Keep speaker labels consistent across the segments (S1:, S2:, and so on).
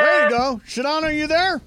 S1: There you go. Shadon, are you there?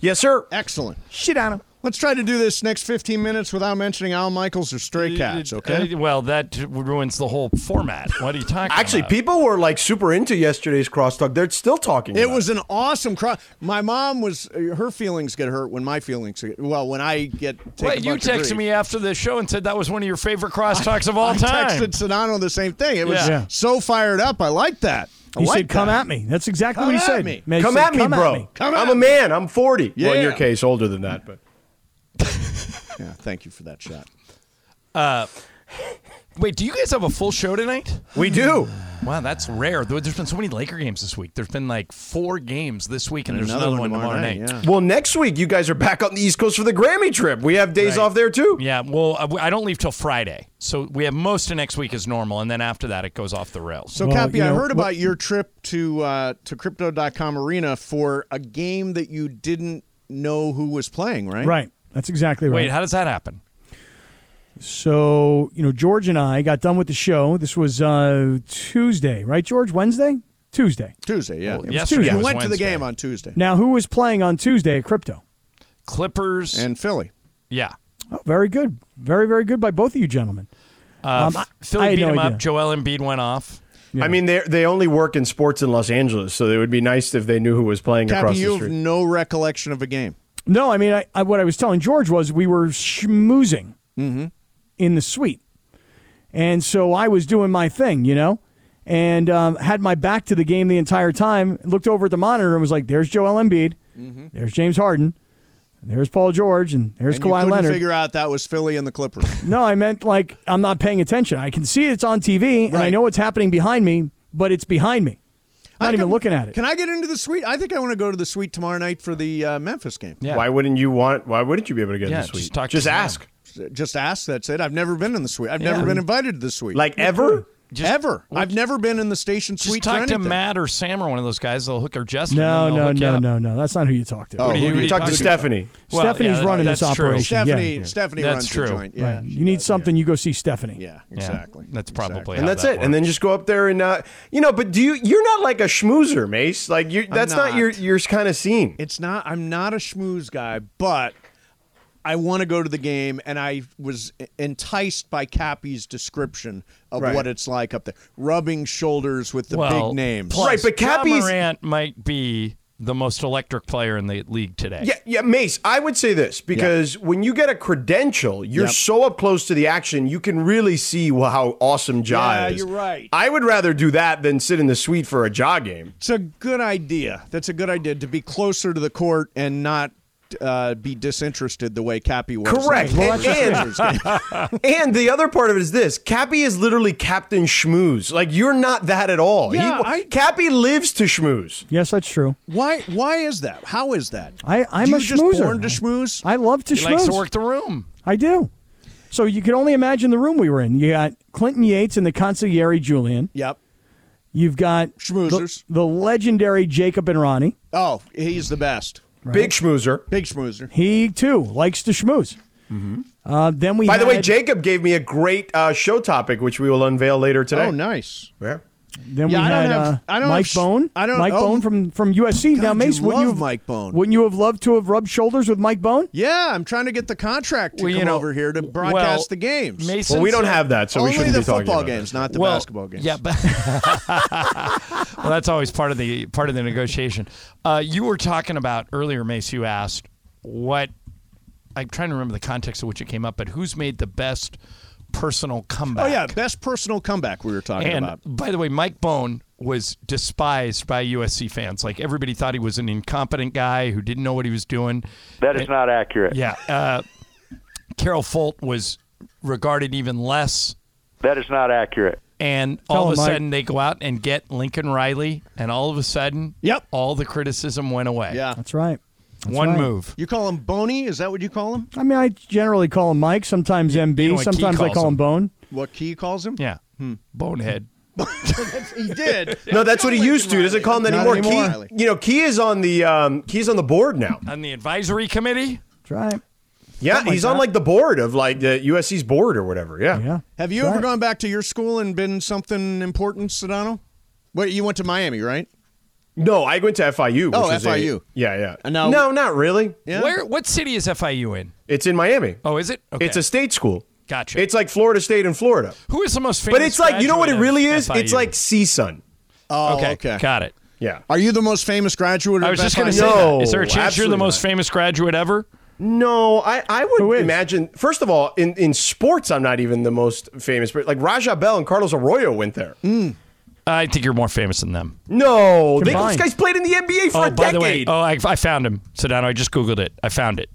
S2: Yes, sir.
S1: Excellent.
S2: Shit on him.
S1: Let's try to do this next 15 minutes without mentioning Al Michaels or Stray Cats, okay?
S3: Uh, well, that ruins the whole format. What are you talking
S2: Actually,
S3: about?
S2: people were like super into yesterday's crosstalk. They're still talking.
S1: It
S2: about
S1: was an awesome cross. My mom was, uh, her feelings get hurt when my feelings get, well, when I get taken
S3: Wait, you texted me after the show and said that was one of your favorite crosstalks of all
S1: I
S3: time.
S1: texted Sedano the same thing. It was
S3: Yeah.
S1: so fired up. I like that. I
S4: He
S1: like
S4: said, "Come
S1: that.
S4: at me." That's exactly
S1: Come
S4: what he
S1: at
S4: said.
S1: me.
S4: Man, he
S2: Come
S4: said,
S2: at me, bro.
S1: Come at
S2: I'm a
S1: me.
S2: man. I'm 40. Well, in your
S1: Yeah.
S2: case, older than that, but
S1: Yeah, thank you for that shot.
S3: Uh, Wait, do you guys have a full show tonight?
S2: we do.
S3: Wow, that's rare. There- There's been so many Laker games this week. There's been like four games this week, and there's another, one tomorrow, night.
S1: yeah.
S2: Well, next week you guys are back on the East Coast for the Grammy trip. We have days off there too.
S3: Yeah, well, uh, I- I don't leave till Friday, so we have most of next week as normal, and then after that it goes off the rails.
S1: So,
S4: Well,
S1: Cappy,
S4: you
S1: I
S4: know,
S1: heard
S4: what-
S1: about your trip to uh, to Crypto.com Arena for a game that you didn't know who was playing, right?
S4: Right. That's exactly right.
S3: Wait, how does that happen?
S4: So, you know, George and I got done with the show. This was uh, Tuesday, right, George? Wednesday? Tuesday.
S1: Tuesday, yeah. It was
S3: yesterday
S1: Tuesday. You
S3: was
S1: went to the
S3: Wednesday.
S1: game on Tuesday.
S4: Now, who was playing on Tuesday at Crypto?
S3: Clippers,
S1: And Philly.
S3: yeah.
S4: Oh, very good. Very, very good by both of you gentlemen.
S3: Uh,
S4: Um, I-
S3: Philly
S4: I had
S3: beat
S4: no
S3: him
S4: idea.
S3: up. Joel Embiid went off.
S2: I mean, they they only work in sports in Los Angeles, so it would be nice if they knew who was playing
S1: Cappy,
S2: across
S1: you
S2: the
S1: have
S2: street.
S1: no recollection of a game.
S4: No, I mean, I, I, what I was telling George was we were schmoozing
S1: Mm-hmm.
S4: in the suite. And so I was doing my thing, you know, and um, had my back to the game the entire time. Looked over at the monitor and was like, there's Joel Embiid. There's James Harden. There's Paul George. And there's
S1: Mm-hmm. And you
S4: Kawhi
S1: couldn't
S4: Leonard.
S1: figure out that was Philly and the Clippers.
S4: No, I meant like I'm not paying attention. I can see it's on TV and I
S1: Right.
S4: know what's happening behind me, but it's behind me. I'm
S1: I
S4: not even
S1: can-
S4: looking at it.
S1: Can I get into the suite? I think I want to go to the suite tomorrow night for the uh, Memphis game.
S3: Yeah.
S2: Why wouldn't you want? Why wouldn't you be able to get
S3: Yeah,
S2: this week?
S3: just talk to
S2: just
S3: Sam.
S2: ask.
S1: Just ask. That's it. I've never been in the suite. I've
S3: Yeah.
S1: never been invited to the suite.
S2: Like ever?
S3: Just-
S1: ever. I've never been in the station
S3: Just
S1: suite. for
S3: talk to
S1: anything.
S3: Matt or Sam or one of those guys. They'll hook or Justin.
S4: no,
S3: and they'll
S4: no,
S3: hook you
S4: no,
S3: up.
S4: no, no. That's not who you're talking to.
S1: Oh,
S3: Who do you-
S1: who do
S3: you
S2: Talk to
S3: talking
S2: Stephanie.
S3: Well,
S4: Stephanie's
S3: yeah,
S4: running
S3: that's
S4: this
S3: true.
S4: operation. Yeah,
S1: Stephanie,
S4: yeah.
S1: Stephanie
S3: That's
S1: runs
S3: true.
S1: the joint. Yeah,
S4: Right. You need something, you go see Stephanie.
S1: yeah,
S3: Yeah,
S1: exactly.
S3: That's probably
S1: Exactly.
S3: how
S2: and that's
S3: that
S2: it. And then
S3: works.
S2: just go up there and uh, you know. But do you? You're not like a schmoozer, Mace. Like you. That's not.
S1: not.
S2: your your kind of scene.
S1: It's not. I'm not a schmooze guy, but I want to go to the game, and I was e, enticed by Cappy's description of
S2: Right.
S1: what it's like up there, rubbing shoulders with the
S3: well,
S1: big names.
S3: plus,
S2: Right, but
S3: Ja
S2: Cappy's-
S3: Morant might be the most electric player in the league today.
S2: Yeah, yeah, Mace. I would say this because when you get a credential, you're
S1: Yep.
S2: so up close to the action, you can really see wh- how awesome Ja
S1: Yeah,
S2: is.
S1: you're right.
S2: I would rather do that than sit in the suite for a Ja game.
S1: It's a good idea. That's a good idea to be closer to the court and not uh, be disinterested the way Cappy was.
S2: Correct.
S1: Like,
S2: And-
S1: Blazers game.
S2: And the other part of it is this: Cappy is literally Captain Schmooze. Like you're not that at all.
S1: Yeah, I-
S2: Cappy lives to schmooze.
S4: Yes, that's true.
S1: why? Why is that? How is that?
S4: I, I'm
S1: you
S4: a
S1: just
S4: schmoozer.
S1: born to schmooze.
S4: I love to
S3: he
S4: schmooze.
S3: likes to work the room.
S4: I do. So you can only imagine the room we were in. You got Clinton Yates and the consigliere Julian.
S1: yep.
S4: You've got the-
S1: Schmoozers.
S4: the legendary Jacob and Ronnie.
S1: Oh, he's the best.
S2: Big schmoozer.
S1: Big schmoozer.
S4: He too likes to schmooze. Uh, then we.
S2: By the way,
S4: had-
S2: Jacob gave me a great uh, show topic, which we will unveil later today.
S1: Oh, nice.
S2: Yeah.
S4: Then
S1: Yeah,
S4: we
S1: I don't
S4: had
S1: have-
S4: uh,
S1: I don't
S4: Mike
S1: have sh-
S4: Bone.
S1: I don't-
S4: Mike
S1: oh.
S4: Bone from from USC. now,
S1: God,
S4: Mace,
S1: you
S4: wouldn't you
S1: love
S4: have,
S1: Mike Bone.
S4: Wouldn't you have loved to have rubbed shoulders with Mike Bone?
S1: Yeah, I'm trying to get the contract to
S3: Well, you
S1: come
S3: know,
S1: over here to
S3: well,
S1: broadcast the games.
S3: Mason
S2: Well, we don't
S3: said-
S2: have that, so we
S1: Only
S2: shouldn't
S1: the
S2: be talking
S1: football
S2: about that.
S1: games, not the
S3: Well,
S1: basketball games.
S3: Yeah, but well, that's always part of the part of the negotiation. Uh, you were talking about earlier, Mace. You asked what I'm trying to remember the context in which it came up, but who's made the best personal comeback?
S1: Oh yeah, best personal comeback we were talking
S3: And
S1: about.
S3: by the way, Mike Bone was despised by USC fans. Like everybody thought he was an incompetent guy who didn't know what he was doing.
S5: That is not accurate.
S3: Yeah, uh, Carol Folt was regarded even less.
S5: That is not accurate.
S3: And all
S4: Tell
S3: of a
S4: him, Mike.
S3: sudden, they go out and get Lincoln Riley, and all of a sudden,
S1: Yep.
S3: all the criticism went away.
S1: Yeah.
S4: That's right. That's
S3: one
S4: right.
S3: move.
S1: You call him Boney? Is that what you call him?
S4: I mean, I generally call him Mike. Sometimes MB.
S3: know what Key
S4: sometimes I
S3: calls
S4: call him,
S3: him.
S4: Bone.
S1: What Key calls him?
S3: Yeah, bonehead.
S1: he did.
S2: Hmm. No, that's what he used to. He doesn't call him that
S1: Not
S2: anymore.
S1: anymore.
S2: Key, you know, Key is on the um, Key's on the board now.
S3: On the advisory committee,
S4: That's right.
S2: Yeah, he's on like the board of like the USC's board or whatever. Yeah.
S4: Yeah.
S1: Have you
S4: That's
S1: ever
S4: right.
S1: gone back to your school and been something important, Sedano? Wait, you went to Miami, right?
S2: No, I went to FIU. Which
S1: Oh,
S2: is a-
S1: FIU.
S2: yeah, yeah.
S1: And now-
S2: no, not really.
S1: Yeah.
S3: where what city is FIU in?
S2: It's in Miami.
S3: Oh, is it? Okay.
S2: It's a state school.
S3: Gotcha.
S2: It's like Florida State in Florida.
S3: Who is the most famous?
S2: But it's like you know what it
S3: graduate
S2: really
S3: of
S2: is. It's
S3: FIU?
S2: like CSUN.
S1: Oh,
S3: okay, got it.
S2: Yeah.
S1: Are you the most famous graduate?
S3: I
S1: of
S3: was just going to
S1: FIU?
S3: say,
S2: No,
S3: that. is there a chance you're the
S2: absolutely
S3: most
S2: not.
S3: famous graduate ever?
S2: No, I, I would
S4: is?
S2: imagine. First of all, in, in sports, I'm not even the most famous. But like Raja Bell and Carlos Arroyo went there.
S3: Mm. I think you're more famous than them.
S2: No, they, this
S4: Combined.
S2: guy's played in the NBA for
S3: oh,
S2: a
S3: by
S2: decade.
S3: the way, oh, I, I found him, Sedano. I just googled it. I found it.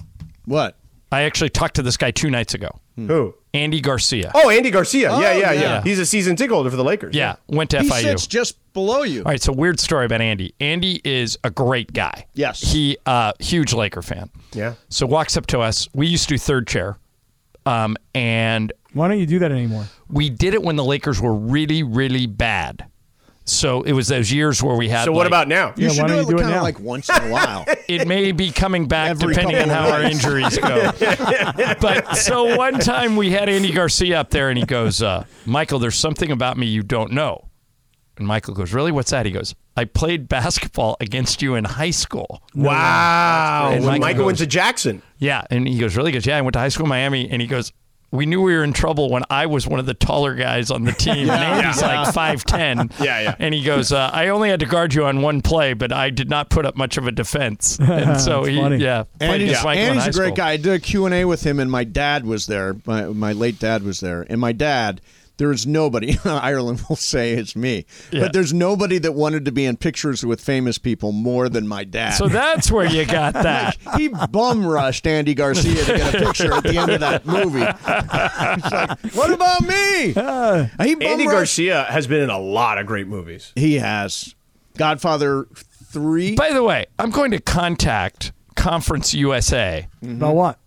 S1: What?
S3: I actually talked to this guy two nights ago,
S2: Who?
S3: Andy Garcia.
S2: Oh, Andy Garcia. yeah, yeah, yeah,
S3: yeah.
S2: He's a season ticket holder for the Lakers.
S3: yeah, went to
S1: He
S3: FIU.
S1: sits just below you.
S3: All right, so weird story about Andy. Andy is a great guy.
S1: Yes.
S3: he uh, huge Laker fan.
S2: Yeah.
S3: So walks up to us. We used to do third chair, um, and
S4: Why don't you do that anymore?
S3: we did it when the Lakers were really, really bad. So it was those years where we had.
S2: So what
S3: like-
S2: about now?
S1: You
S4: Yeah,
S1: should
S4: why
S1: do
S4: don't you
S1: it
S4: do it
S1: kind
S4: now?
S1: of like once in a while.
S3: it may be coming back
S1: Every
S3: depending on
S1: couple
S3: how
S1: of
S3: our
S1: weeks.
S3: injuries go. but so one time we had Andy Garcia up there and he goes, uh, Michael, there's something about me you don't know. And Michael goes, Really? What's that? He goes, I played basketball against you in high school.
S2: Wow.
S3: That's great.
S2: When
S3: And
S2: Michael,
S3: Michael
S2: went to Jackson.
S3: Yeah. And he goes, Really? He goes, Yeah, I went to high school in Miami. And he goes, we knew we were in trouble when I was one of the taller guys on the team. and Andy's like 5'10.
S2: Yeah, yeah.
S3: And he goes, uh, I only had to guard you on one play, but I did not put up much of a defense. And so he,
S4: funny.
S3: yeah. played
S1: Andy's,
S3: against Michael in
S1: Andy's
S3: high
S1: a great
S3: school.
S1: guy. I did a Q&A with him, and my dad was there. My, my late dad was there. And my dad, there is nobody, Ireland will say it's me,
S3: Yeah.
S1: but there's nobody that wanted to be in pictures with famous people more than my dad.
S3: So that's where you got that.
S1: he bum rushed Andy Garcia to get a picture at the end of that movie. He's like, what about me?
S3: Uh,
S1: he bum
S2: Andy
S1: rushed-
S2: Garcia has been in a lot of great movies.
S1: He has Godfather three.
S3: By the way, I'm going to contact Conference USA.
S2: Mm-hmm.
S4: About what?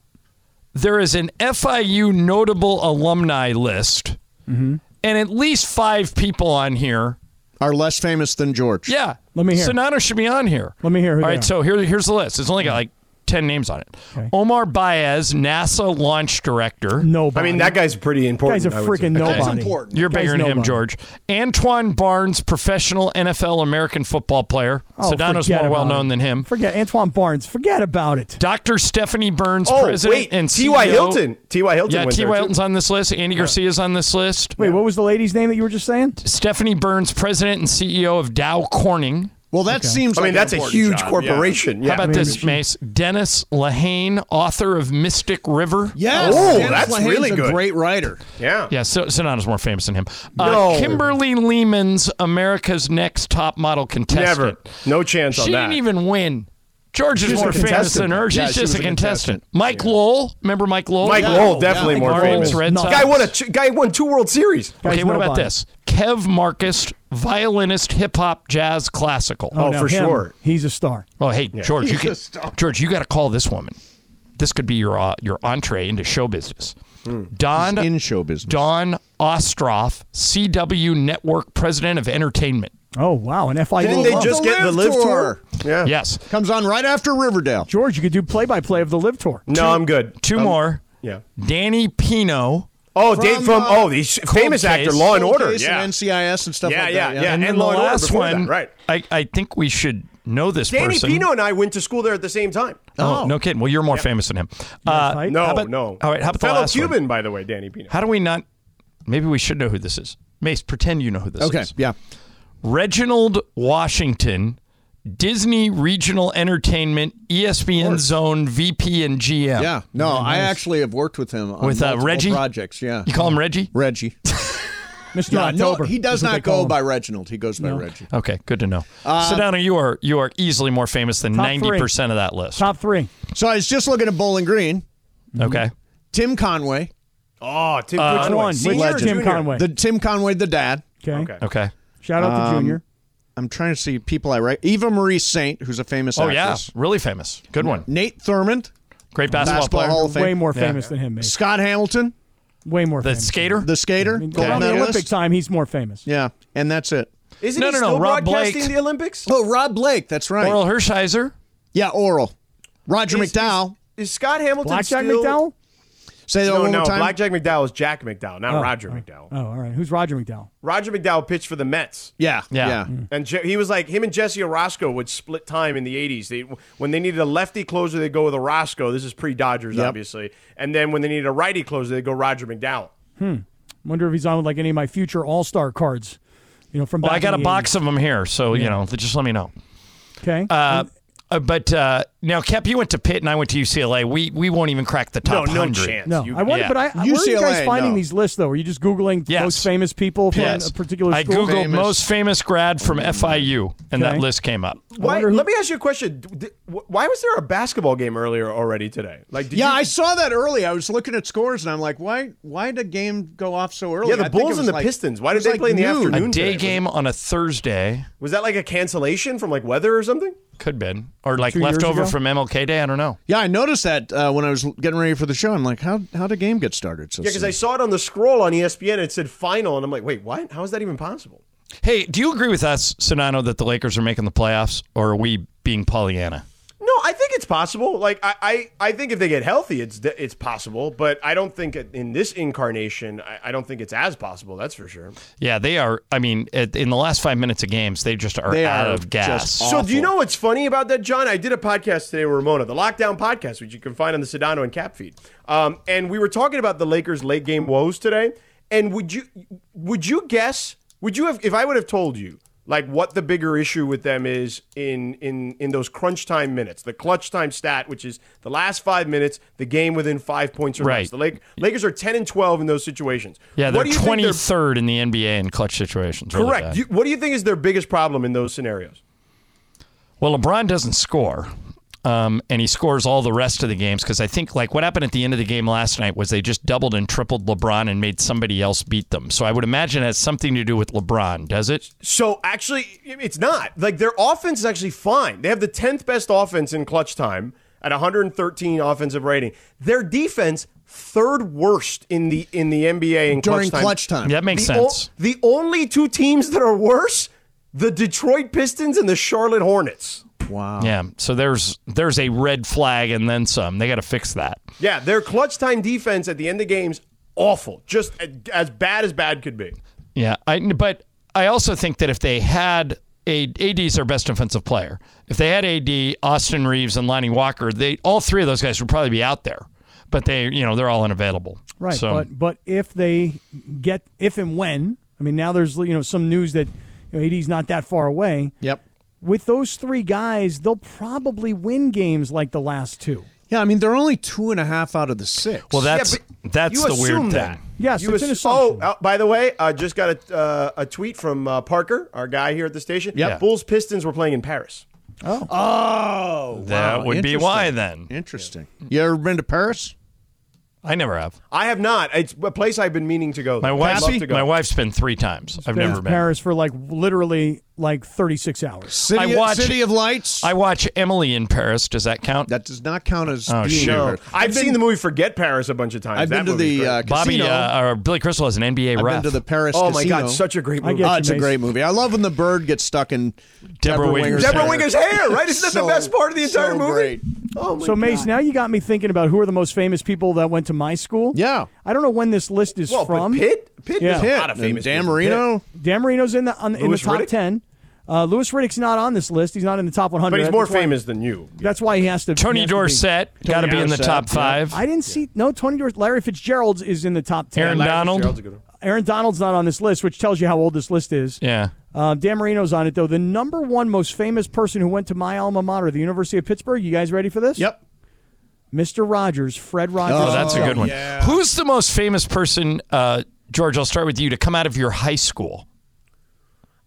S3: There is an FIU notable alumni list,
S4: Mm-hmm.
S3: and at least five people on here.
S1: are less famous than George.
S3: Yeah,
S4: Let me hear.
S3: Sonano should be on here.
S4: Let me hear who
S3: All
S4: they
S3: right,
S4: are.
S3: so here, here's the list. It's only
S4: Mm-hmm.
S3: got like ten names on it. Omar Baez, NASA launch director.
S4: Nobody.
S2: I mean, that guy's pretty important.
S4: guy's a
S2: I would say.
S4: freaking nobody.
S1: important.
S3: You're
S4: That guy's
S3: bigger than him,
S4: nobody.
S3: George. Antoine Barnes, professional NFL American football player.
S4: Oh,
S3: Sedano's
S4: forget
S3: more well
S4: about
S3: known
S4: it.
S3: than him.
S4: Forget Antoine Barnes. Forget about it.
S3: Dr. Stephanie Burns,
S2: Oh,
S3: president
S2: wait.
S3: and E CEO.
S2: T.Y. Hilton. T.Y. Hilton
S3: Yeah,
S2: went
S3: T.Y.
S2: there, too.
S3: Hilton's on this list. Andy Garcia's on this list.
S4: Wait, what was the lady's name that you were just saying?
S3: Stephanie Burns, president and CEO of Dow Corning.
S1: Well, that seems.
S2: I
S1: like
S2: mean,
S1: an
S2: that's a
S1: important
S2: huge
S1: job, yeah.
S2: corporation. Yeah.
S3: How about this, Mace? Dennis Lehane, author of Mystic River.
S1: Yes.
S2: Oh,
S1: Dennis
S2: that's
S1: Lehane's
S2: really
S1: a
S2: good.
S1: Great writer.
S2: Yeah.
S3: Yeah, so Sonata's more famous than him. Uh,
S2: No.
S3: Kimberly Lehman's America's Next Top Model contestant.
S2: Never. No chance on
S3: She
S2: that.
S3: didn't even win. George is
S2: She's a
S3: more famous
S2: contestant.
S3: than her. She's
S1: Yeah, she
S3: just
S1: was
S3: a
S1: a
S3: contestant.
S1: contestant.
S3: Mike Lowell. Remember Mike Lowell?
S2: Mike Lowell, definitely
S1: yeah.
S2: more
S4: Mark
S2: famous.
S3: Marlins, Red
S4: No.
S3: Sox.
S2: Guy won a guy won two World Series.
S4: Guys,
S3: Okay, what about
S4: nobody.
S3: this? Kev Marcus, violinist, hip hop, jazz, classical.
S2: Oh,
S4: no,
S2: for
S4: him.
S2: sure.
S4: He's a star.
S3: Oh, hey, George, you
S1: He's a
S3: can,
S1: star.
S3: George, you got to call this woman. This could be your uh, your entree into show business.
S2: Hmm.
S3: Don
S1: In show business.
S3: Don Ostroff, CW Network President of Entertainment.
S4: Oh, wow. An FIU.
S2: Didn't they
S4: alum.
S2: just get the live tour? Yeah.
S3: Yes,
S1: Comes on right after Riverdale.
S4: George, you could do play by play of the Live Tour.
S2: No, I'm good.
S3: two more.
S2: Yeah.
S3: Danny Pino
S2: Oh, from, Dave from
S1: uh,
S2: oh, the sh- famous
S3: Case.
S2: actor, Law and
S1: Cold
S2: Order.
S1: Case
S2: Yeah.
S1: And NCIS and stuff
S2: Yeah,
S1: like
S2: yeah,
S1: that.
S2: yeah.
S3: and,
S2: And
S3: then
S2: Law
S3: the
S2: and Order
S3: last
S2: before that,
S3: one.
S2: right.
S3: I, I think we should know this
S2: Danny
S3: person.
S2: Pino and I went to school there at the same time.
S3: Oh, no kidding. Well, you're more famous than him. Uh,
S4: fight?
S2: No,
S3: how about-
S2: no.
S3: All right, how about the
S2: fellow
S3: last one?
S2: Cuban, by the way, Danny Pino.
S3: How do we not? Maybe we should know who this is. Mace, pretend you know who this
S1: Okay.
S3: is.
S1: Yeah.
S3: Reginald Washington, Disney Regional Entertainment, E ESPN Zone VP and GM.
S1: Yeah. No, I actually have worked with him on
S3: With, uh,
S1: multiple
S3: Reggie?
S1: projects. Yeah.
S3: You call him Reggie?
S1: Reggie.
S4: Mr.
S1: Yeah, no,
S4: October.
S1: he does
S4: is what they
S1: not
S4: call
S1: go
S4: him.
S1: by Reginald. He goes by Reggie.
S3: Okay, good to know.
S1: Uh,
S3: Sedano, you are you are easily more famous than
S4: Top
S3: ninety percent of that list.
S4: Top three.
S1: So I was just looking at Bowling Green.
S3: Okay,
S1: Tim Conway,
S2: Oh, Tim, which
S4: One,
S2: one?
S4: which
S2: Senior or
S4: Uh, Tim
S2: junior?
S4: Conway.
S1: the Tim Conway, the dad. Um,
S4: Okay.
S2: Okay.
S3: Okay.
S4: Shout out to Junior.
S1: I'm trying to see people I write. Eva Marie Saint, who's a famous
S3: Oh yeah,
S1: actress.
S3: really famous. Good one.
S1: Nate Thurmond,
S3: Great basketball,
S1: basketball
S3: player.
S1: Hall of Fame.
S4: Way more
S3: Yeah.
S4: famous than him, maybe.
S1: Scott Hamilton,
S4: Way more
S3: The
S4: famous.
S3: skater.
S1: the skater,
S4: I mean,
S1: gold
S4: around the
S1: medalist.
S4: Olympic time, he's more famous.
S1: Yeah, and that's it.
S2: Isn't
S3: No,
S2: he
S3: no, no,
S2: still
S3: Rob
S2: broadcasting
S3: Blake.
S2: the Olympics?
S1: Oh, Rob Blake. That's right.
S3: Oral Hershiser.
S1: Yeah, oral. Roger
S2: Is-
S1: McDowell.
S2: Is Scott Hamilton
S4: Blackjack
S2: still...
S4: McDowell?
S1: Say that
S2: No,
S1: one
S2: no,
S1: more time.
S2: Blackjack McDowell is Jack McDowell, not Roger McDowell.
S4: Oh, all right. Who's Roger McDowell?
S2: Roger McDowell pitched for the Mets.
S1: Yeah,
S3: Yeah.
S1: yeah.
S4: Mm.
S2: And Je- he was like him and Jesse Orozco would split time in the '80s. They when they needed a lefty closer, they'd go with Orozco. This is pre Dodgers,
S1: Yep.
S2: obviously. And then when they needed a righty closer, they'd go Roger McDowell.
S4: Hmm. Wonder if he's on with like any of my future All Star cards. You know, from
S3: Well,
S4: back
S3: I got a
S4: in the
S3: box of them here, so you know, just let me know.
S4: 80s. Okay.
S3: Uh, uh, but uh, now, Kep, you went to Pitt and I went to UCLA. We we won't even crack the
S2: No,
S3: top
S2: no
S3: hundred.
S2: chance.
S4: no,
S2: You-
S4: I wonder,
S3: yeah.
S4: but I, where are you guys
S1: UCLA,
S4: finding
S1: no.
S4: these lists though? Are you just googling
S3: Yes.
S4: most famous people from
S3: Yes.
S4: a particular
S3: I
S4: school?
S3: googled
S1: Famous.
S3: most famous grad from FIU, and that
S4: Okay.
S3: list came up.
S2: why,
S4: wonder who-
S2: let me ask you a question. D- d- wh- Why was there a basketball game earlier already today? Like, did
S1: Yeah,
S2: you-
S1: I saw that early. I was looking at scores, and I'm like, why? Why did the game go off so early?
S2: Yeah, the
S1: I think it
S2: Bulls
S1: was
S2: and the
S1: like-
S2: Pistons. Why
S1: it
S2: did
S1: was
S2: they
S1: like
S2: play in the
S1: noon.
S3: A
S2: afternoon?
S3: day
S2: today, was
S3: game on a Thursday
S2: was that like a cancellation from like weather or something?
S3: could been, or like
S4: Two years
S3: left over
S4: ago?
S3: from MLK Day. I don't know.
S1: Yeah, I noticed that uh, when I was getting ready for the show. I'm like, how how did game get started? So
S2: Yeah, because I saw it on the scroll on E ESPN. It said final, and I'm like, wait, what? How is that even possible?
S3: Hey, do you agree with us, Sonano, that the Lakers are making the playoffs, or are we being Pollyanna?
S2: No, I think it's possible. Like I, I, I think if they get healthy, it's de- it's possible. But I don't think it- in this incarnation, I, I don't think it's as possible. That's for sure.
S3: Yeah, they are. I mean, at, in the last five minutes of games, they just are
S1: They
S3: out
S1: are
S3: of gas.
S1: just
S2: So do you
S1: Awful.
S2: know what's funny about that, John? I did a podcast today with Ramona, the Lockdown Podcast, which you can find on the Sedano and Cap feed. Um, and we were talking about the Lakers' late game woes today. And would you would you guess? Would you have if I would have told you like what the bigger issue with them is in in in those crunch time minutes, the clutch time stat, which is the last five minutes, the game within five points or
S3: Right.
S2: less. The Lake, Lakers are ten and twelve in those situations.
S3: yeah,
S2: What
S3: they're
S2: do you think
S3: twenty
S2: their-
S3: third in the NBA in clutch situations. really
S2: Correct.
S3: bad.
S2: You- what do you think is their biggest problem in those scenarios?
S3: Well, LeBron doesn't score. Um, and he scores all the rest of the games because I think like what happened at the end of the game last night was they just doubled and tripled LeBron and made somebody else beat them. So I would imagine it has something to do with LeBron, does it?
S2: So actually, it's not like their offense is actually fine. They have the tenth best offense in clutch time at 113 offensive rating. Their defense third worst in the in the NBA in
S1: during
S2: clutch time.
S1: clutch time.
S3: That makes
S2: the o-
S3: sense.
S2: the only two teams that are worse, the Detroit Pistons and the Charlotte Hornets.
S1: Wow.
S3: yeah. So there's there's a red flag and then some. They got to fix that.
S2: Yeah, their clutch time defense at the end of games awful, just a- as bad as bad could be.
S3: Yeah, I but I also think that if they had a AD is their best defensive player. If they had AD, Austin Reeves, and Lonnie Walker, they all three of those guys would probably be out there. But they, you know, they're all unavailable.
S4: Right,
S3: So
S4: but but if they get if and when I mean now there's you know some news that you know, AD's not that far away.
S1: Yep.
S4: With those three guys, they'll probably win games like the last two.
S1: Yeah, I mean they're only two and a half out of the six.
S3: well, that's
S2: Yeah, but
S3: that's
S2: you
S3: the
S2: assume
S3: weird thing.
S2: That.
S4: Yes,
S2: You
S4: it's an
S2: assu-
S4: assumption.
S2: Oh, uh, by the way, I just got a, uh, a tweet from uh, Parker, our guy here at the station.
S3: Yep.
S2: Bulls Pistons were playing in Paris.
S1: oh,
S3: That would be
S1: interesting.
S3: why then.
S1: Interesting. You ever been to Paris?
S3: I never have.
S2: I have not. It's a place I've been meaning to go.
S3: My wife's
S2: wife, love to go.
S3: my wife's been three times. I've never
S4: in
S3: been.
S4: Paris for like literally like 36 hours.
S1: City,
S3: I watch-
S1: City of Lights.
S3: I watch Emily in Paris. Does that count?
S1: that does not count as
S3: Oh,
S1: being
S3: shoot.
S1: in
S2: No.
S1: Paris.
S2: I've seen the movie Forget Paris a bunch of times.
S1: I've
S2: That
S1: been to
S2: movie's
S1: the
S2: great.
S1: uh,
S3: Bobby
S1: casino.
S3: uh, or Billy Crystal is an NBA
S1: I've
S3: ref.
S1: been to the Paris.
S2: oh my
S1: casino.
S2: God, such a great
S4: I
S2: movie.
S4: get
S1: Oh,
S4: you,
S1: it's a
S4: Mace.
S1: great movie. I love when the bird gets stuck in
S3: Deborah
S1: Deborah,
S3: Winger's
S1: Winger's
S3: hair.
S2: Deborah Winger's hair, right? Isn't that
S1: So-
S2: the best part of the entire
S1: so
S2: movie?
S1: great.
S2: Oh my
S4: So Mace,
S2: God.
S4: now you got me thinking about who are the most famous people that went to my school.
S1: Yeah.
S4: I don't know when this list is
S2: Well,
S4: from.
S2: but Pitt, Pitt,
S4: Yeah.
S2: there's a
S1: Pitt.
S2: lot of
S1: and
S2: famous
S1: Dan
S2: people. Pitt.
S1: Marino.
S4: Dan Marino's in the on, the- in the
S2: Louis
S4: top
S2: Riddick?
S4: 10. Uh, Lewis Riddick's not on this list. He's not in the top 100.
S2: but he's
S4: That's
S2: more
S4: why-
S2: famous than you.
S4: That's why he has to. he
S3: Tony
S4: has to be-
S3: Dorsett got to be in the
S1: Dorsett,
S3: top
S1: yeah.
S3: five.
S4: I didn't see no Tony Dorsett. Larry Fitzgerald's is in the top 10.
S3: Aaron Donald.
S2: Fitzgerald's a good one.
S4: Aaron Donald's not on this list, which tells you how old this list is.
S3: Yeah.
S4: Uh, Dan Marino's on it though. The number one most famous person who went to my alma mater, the University of Pittsburgh. You guys ready for this?
S1: Yep.
S4: Mr. Rogers, Fred Rogers.
S3: Oh, that's a good one.
S1: yeah.
S3: Who's the most famous person, uh, George? I'll start with you to come out of your high school.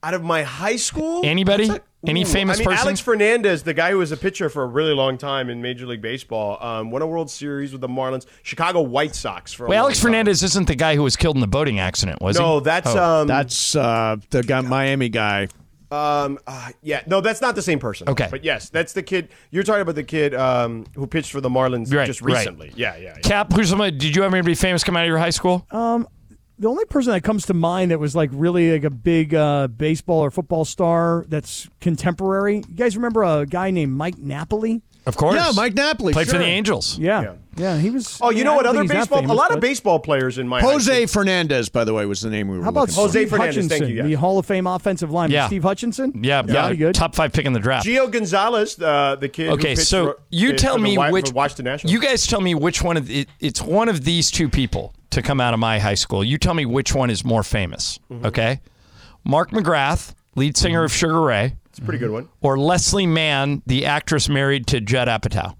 S2: Out of my high school,
S3: Anybody?
S2: That's a-
S3: Any
S2: Ooh,
S3: famous
S2: I mean,
S3: person?
S2: Alex Fernandez, the guy who was a pitcher for a really long time in Major League Baseball, um, won a World Series with the Marlins, Chicago White Sox. For a
S3: well,
S2: long
S3: Alex
S2: time.
S3: Fernandez isn't the guy who was killed in the boating accident, was he?
S2: No, that's
S3: Oh.
S2: um,
S1: That's uh, the guy, Miami guy.
S2: um, uh, yeah, no, that's not the same person.
S3: Okay.
S2: but yes, that's the kid you're talking about. The kid um, who pitched for the Marlins
S3: Right,
S2: just
S3: right.
S2: recently. Yeah, yeah, yeah.
S3: Cap, who's somebody? Did you have anybody famous come out of your high school?
S4: Um, The only person that comes to mind that was like really like a big uh, baseball or football star that's contemporary. You guys remember a guy named Mike Napoli?
S3: of course.
S1: Yeah, Mike Napoli.
S3: Played for
S1: sure.
S3: the Angels.
S4: Yeah,
S2: Yeah.
S4: yeah, he was.
S2: Oh, you
S4: I
S2: know
S4: don't
S2: what?
S4: think
S2: Other
S4: he's that
S2: baseball, a
S4: famous,
S2: lot of
S4: but-
S2: baseball players in my high
S1: Jose Fernandez, by the way, was the name we were
S4: How about
S1: looking for.
S2: Jose
S4: Steve
S2: Fernandez,
S4: Hutchinson,
S2: thank you, yeah.
S4: the Hall of Fame offensive lineman?
S3: Yeah.
S4: Steve Hutchinson.
S3: Yeah, yeah.
S4: pretty good.
S3: Top five pick in the draft.
S2: Gio Gonzalez, uh, the kid. who
S3: Okay,
S2: pitched
S3: so
S2: for- uh,
S3: you
S2: for
S3: tell
S2: the
S3: me
S2: Wa-
S3: which
S2: for Washington Nationals.
S3: You guys tell me which one of the, it- it's one of these two people to come out of my high school. You tell me which one is more famous.
S2: Mm-hmm.
S3: Okay, Mark McGrath, lead singer of Sugar Ray,
S2: it's a pretty good one.
S3: or Leslie Mann, the actress married to Judd Apatow.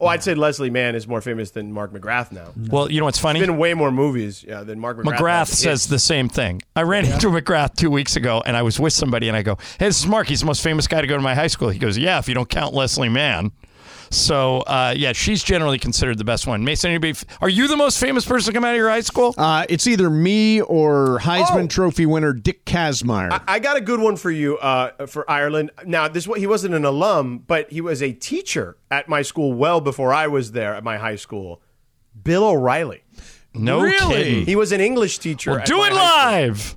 S2: Oh, I'd say Leslie Mann is more famous than Mark McGrath now.
S3: Well, you know what's funny?
S2: Been in way more movies yeah, than Mark McGrath.
S3: McGrath
S2: has.
S3: says the same thing. I ran into McGrath two weeks ago, and I was with somebody, and I go, "Hey, this is Mark. He's the most famous guy to go to my high school." He goes, "Yeah, if you don't count Leslie Mann." So, uh, yeah, she's generally considered the best one. Mason, anybody? f- Are you the most famous person to come out of your high school?
S1: Uh, it's either me or Heisman
S2: Oh.
S1: Trophy winner Dick Kazmaier.
S2: I got a good one for you uh, for Ireland. Now, this wa- he wasn't an alum, but he was a teacher at my school well before I was there at my high school. Bill O'Reilly.
S3: No kidding.
S2: He was an English teacher. at
S3: Do
S2: my
S3: it
S2: high
S3: live.
S2: school.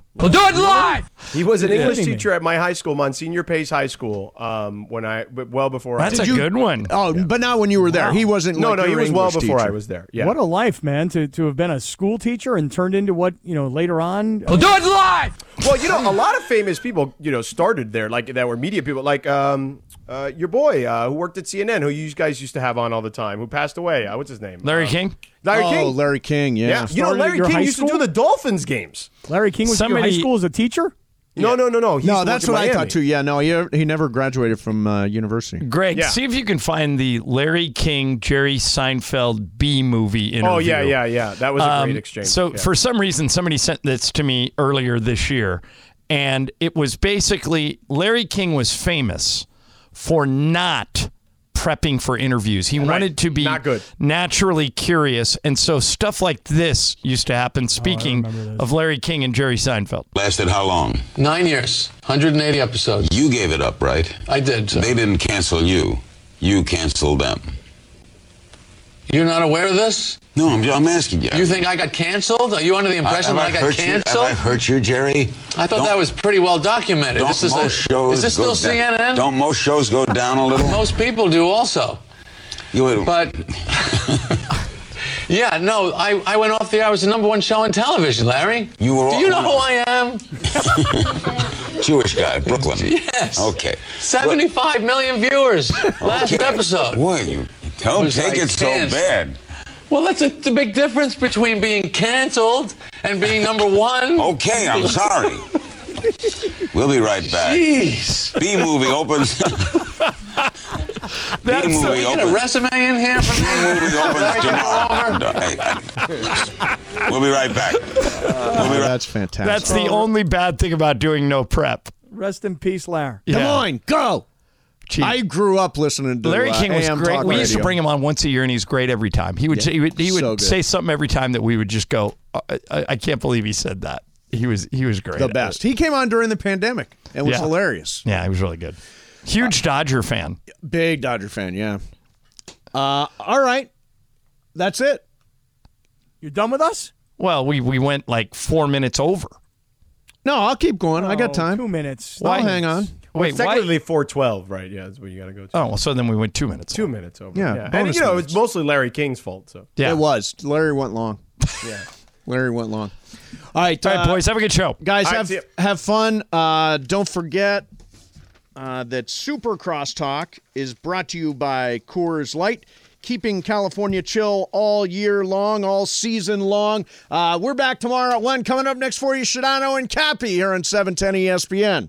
S2: He was an English
S4: Kidding me.
S2: teacher at my high school, Monsignor Pace High School. Um, when I but well before
S3: That's
S2: I
S3: a
S2: was.
S3: good one.
S1: oh, but not when you were there. He wasn't.
S2: no,
S1: like
S2: no, he
S1: your
S2: was well
S1: English
S2: before I
S1: teacher.
S2: was there. Yeah.
S4: What a life, man! To to have been a school teacher and turned into what you know later on. uh,
S2: well, you know, a lot of famous people, you know, started there, like that were media people, like um, uh, your boy uh, who worked at CNN, who you guys used to have on all the time, who passed away. Uh, what's his name?
S3: Larry
S2: Uh,
S3: King.
S2: Larry
S1: oh,
S2: King.
S1: Larry King. Yeah.
S2: yeah, you
S4: Started
S2: know,
S4: at
S2: Larry
S4: your
S2: King
S4: high
S2: used to do
S4: school?
S2: the Dolphins games.
S4: Larry King was at your
S3: Somebody-
S4: high school as a teacher.
S2: No, no, no, no. He used
S1: No,
S2: to work
S1: that's
S2: in
S1: what I
S2: Miami.
S1: thought too. Yeah. No, he he never graduated from uh, university.
S3: Greg,
S2: Yeah.
S3: see if you can find the Larry King, Jerry Seinfeld B movie interview.
S2: Oh yeah, yeah, yeah. That was a great
S3: Um,
S2: exchange.
S3: So
S2: yeah.
S3: for some reason, somebody sent this to me earlier this year, and it was basically Larry King was famous for not prepping for interviews. He wanted to be
S2: Not good.
S3: naturally curious, and so stuff like this used to happen. Speaking of Larry King and Jerry Seinfeld,
S5: Lasted how long?
S6: Nine years, 180 episodes.
S5: You gave it up, right?
S6: I did. So.
S5: They didn't cancel you. You canceled them.
S6: You're not aware of this?
S5: No, I'm, I'm asking you.
S6: You think I got canceled? Are you under the impression
S5: have
S6: that I, got
S5: hurt You,
S6: canceled?
S5: have I hurt you, Jerry?
S6: I thought
S5: Don't-
S6: that was pretty well documented.
S5: Don't
S6: This is,
S5: most
S6: a,
S5: shows
S6: is this
S5: go
S6: still
S5: down-
S6: CNN?
S5: Don't most shows go down a little?
S6: Most people do also.
S5: you,
S6: But yeah, no, I, I went off the air. I was the number one show on television, Larry.
S5: You were
S6: Do you know
S5: on-
S6: who I am?
S5: Jewish guy, Brooklyn.
S6: Yes.
S5: Okay.
S6: 75 million viewers last
S5: Okay.
S6: episode.
S5: Boy, you don't
S6: was
S5: take
S6: like
S5: it so
S6: canceled.
S5: bad.
S6: Well, that's a, the big difference between being canceled and being number one.
S5: Okay, I'm sorry. we'll be right back.
S6: Jeez.
S5: B movie opens. B movie
S6: You got a
S5: opens.
S6: resume in here for me?
S5: movie opens tomorrow. No, hey, I- we'll be right back.
S1: Oh, that's fantastic.
S3: that's the only bad thing about doing no prep.
S4: Rest in peace, Larry.
S1: Come
S3: Yeah.
S1: on, go.
S3: Gee.
S1: I grew up listening to
S3: Larry
S1: uh,
S3: King was
S1: AM
S3: great.
S1: Talk
S3: We used to
S1: radio.
S3: bring him on once a year, and he's great every time. He would he would, he would
S1: so good.
S3: say something every time that we would just go, I, I, I can't believe he said that. He was he was great.
S1: the best. He came on during the pandemic and was
S3: Yeah.
S1: hilarious. Uh,
S3: Yeah, he was really good. Huge Dodger fan.
S1: Big Dodger fan. Yeah. Uh, all right, that's it.
S4: You're done with us?
S3: Well, we we went like four minutes over.
S1: No, I'll keep going. I got
S4: Oh,
S1: time.
S4: Two minutes.
S1: I'll hang on.
S3: Wait,
S2: it's
S3: why?
S2: technically 412, right? Yeah, that's what you got to go to.
S3: Oh, well, so then we went two minutes.
S2: Two minutes over.
S1: Yeah,
S2: And,
S1: bonus
S2: you know,
S1: minutes.
S2: it's mostly Larry King's fault. So
S3: Yeah.
S1: It was. Larry went long.
S2: yeah.
S1: Larry went long. All right,
S3: All right,
S1: uh,
S3: boys, have a good show.
S1: Guys,
S2: All right,
S1: have
S2: see ya.
S1: have fun. Uh, don't forget uh, that Super Crosstalk is brought to you by Coors Light, keeping California chill all year long, all season long. Uh, we're back tomorrow E at one. Coming up next for you, Shadano and Cappy here on seven ten ESPN.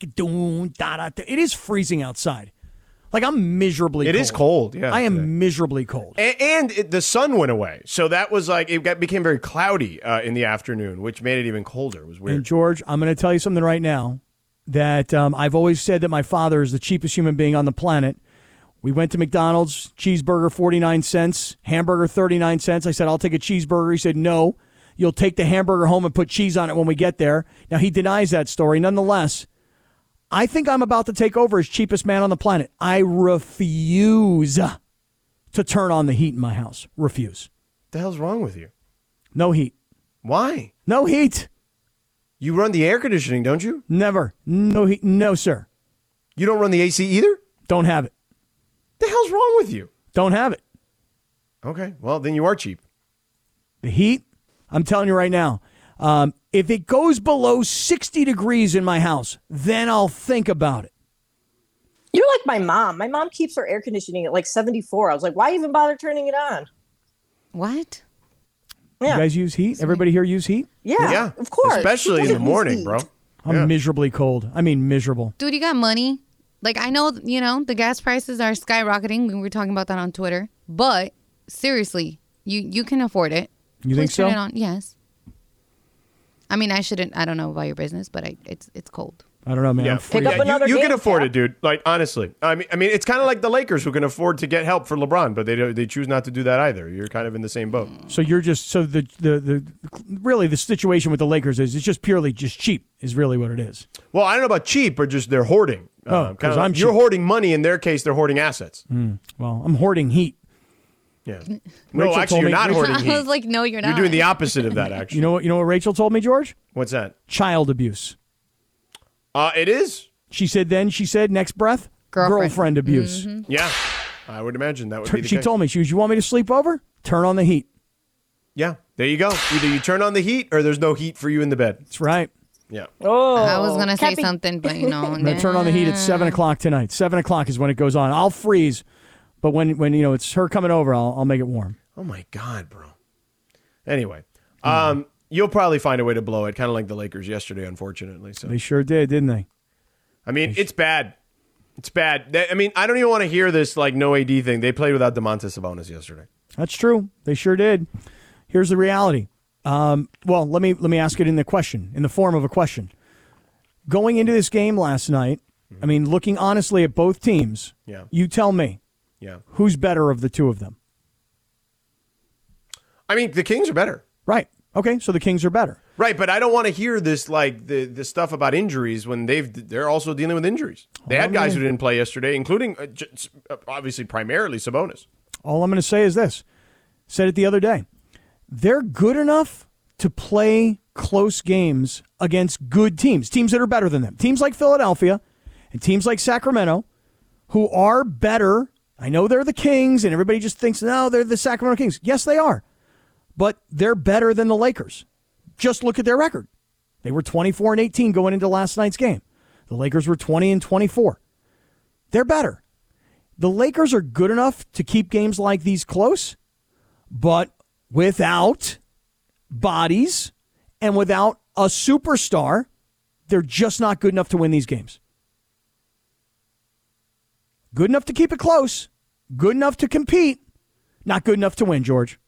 S4: It is freezing outside. Like I'm miserably
S2: It
S4: cold.
S2: is cold, yeah,
S4: I am
S2: today.
S4: miserably cold.
S2: A- And it, the sun went away, so that was like it got, became very cloudy uh, in the afternoon, which made it even colder. It was
S4: And
S2: weird.
S4: George, I'm going to tell you something right now that um, I've always said that my father is the cheapest human being on the planet. We went to McDonald's, cheeseburger 49 cents, hamburger 39 cents. I said, I'll take a cheeseburger. He said, no, you'll take the hamburger home and put cheese on it when we get there. Now, he denies that story. Nonetheless, I think I'm about to take over as cheapest man on the planet. I refuse to turn on the heat in my house. Refuse.
S2: What the hell's wrong with you?
S4: No heat.
S2: Why?
S4: No heat.
S2: You run the air conditioning, don't you?
S4: Never. No heat. No, sir.
S2: You don't run the AC either.
S4: Don't have it.
S2: The hell's wrong with you?
S4: Don't have it.
S2: Okay, well then you are cheap.
S4: The heat, I'm telling you right now, um, if it goes below 60 degrees in my house, then I'll think about it.
S7: You're like my mom. My mom keeps her air conditioning at like 74. I was like, why even bother turning it on?
S8: What?
S7: Yeah.
S4: You guys use heat? Everybody here use heat?
S7: yeah.
S2: yeah,
S7: Of course. Who
S2: especially in the
S7: doesn't
S2: morning,
S7: eat?
S2: bro.
S4: I'm miserably cold. I mean, miserable.
S8: Dude, you got money. Like, I know, you know, the gas prices are skyrocketing. We were talking about that on Twitter. But seriously, you you can afford it.
S4: You think
S8: Please turn
S4: so?
S8: it on. Yes. I mean, I shouldn't, I don't know about your business, but I, it's it's cold.
S4: I don't know, man. I'm
S7: Pick up
S4: freezing.
S7: another
S2: you, you can
S7: game,
S2: afford
S7: yeah.
S2: it, dude. Like honestly, I mean, I mean, it's kind of like the Lakers who can afford to get help for LeBron, but they don't, they choose not to do that either. You're kind of in the same boat.
S4: So you're just so the, the the really the situation with the Lakers is it's just purely just cheap is really what it is.
S2: Well, I don't know about cheap or just they're hoarding. Um,
S4: Oh, 'cause I'm
S2: you're
S4: cheap. Mm.
S2: hoarding money. In their case, they're hoarding assets.
S4: Hmm. Well, I'm hoarding heat.
S2: Yeah. No,
S4: Rachel
S2: actually,
S4: told
S2: you're
S4: me-
S2: not
S4: Rachel-
S2: hoarding
S8: I
S2: heat.
S8: was like, no, you're not.
S2: You're doing the opposite of that, actually.
S4: You know what you know what Rachel told me, George?
S2: What's that?
S4: Child abuse.
S2: Uh, it is.
S4: She said then she said next breath
S8: Girlfriend. Mm-hmm.
S4: abuse.
S2: Yeah. I would imagine that would be the
S4: She
S2: case.
S4: told me she was you want me to sleep over? Turn on the heat.
S2: Yeah. There you go. Either you turn on the heat or there's no heat for you in the bed.
S4: That's right.
S2: Yeah.
S7: Oh,
S8: I was going to say
S7: can't be-
S8: something, but you know.
S4: I'm gonna turn on the heat at seven o'clock tonight. Seven o'clock is when it goes on. I'll freeze, but when when you know it's her coming over, I'll, I'll make it warm.
S2: Oh my God, bro. Anyway, um, you'll probably find a way to blow it, kind of like the Lakers yesterday, unfortunately. So
S4: They sure did, didn't they?
S2: I mean, it's bad. It's bad. They- I mean, I don't even want to hear this like no AD thing. They played without Demontis Sabonis yesterday.
S4: That's true. They sure did. Here's the reality. Um, well, let me let me ask it in the question, in the form of a question. Going into this game last night, I mean, looking honestly at both teams,
S2: Yeah.
S4: you tell me,
S2: Yeah.
S4: who's better of the two of them?
S2: I mean, the Kings are better.
S4: Right. Okay, so the Kings are better.
S2: Right, but I don't want to hear this like the the stuff about injuries when they've they're also dealing with injuries. They had guys who didn't play yesterday, including uh, j- s- uh, obviously primarily Sabonis.
S4: All I'm going to say is this. Said it the other day. They're good enough to play close games against good teams, teams that are better than them. Teams like Philadelphia and teams like Sacramento who are better. I know they're the Kings and everybody just thinks, "No, they're the Sacramento Kings." Yes, they are. But they're better than the Lakers. Just look at their record. They were 24 and 18 going into last night's game. The Lakers were 20 and 24. They're better the Lakers are good enough to keep games like these close, but without bodies and without a superstar, they're just not good enough to win these games. Good enough to keep it close, good enough to compete, not good enough to win, George.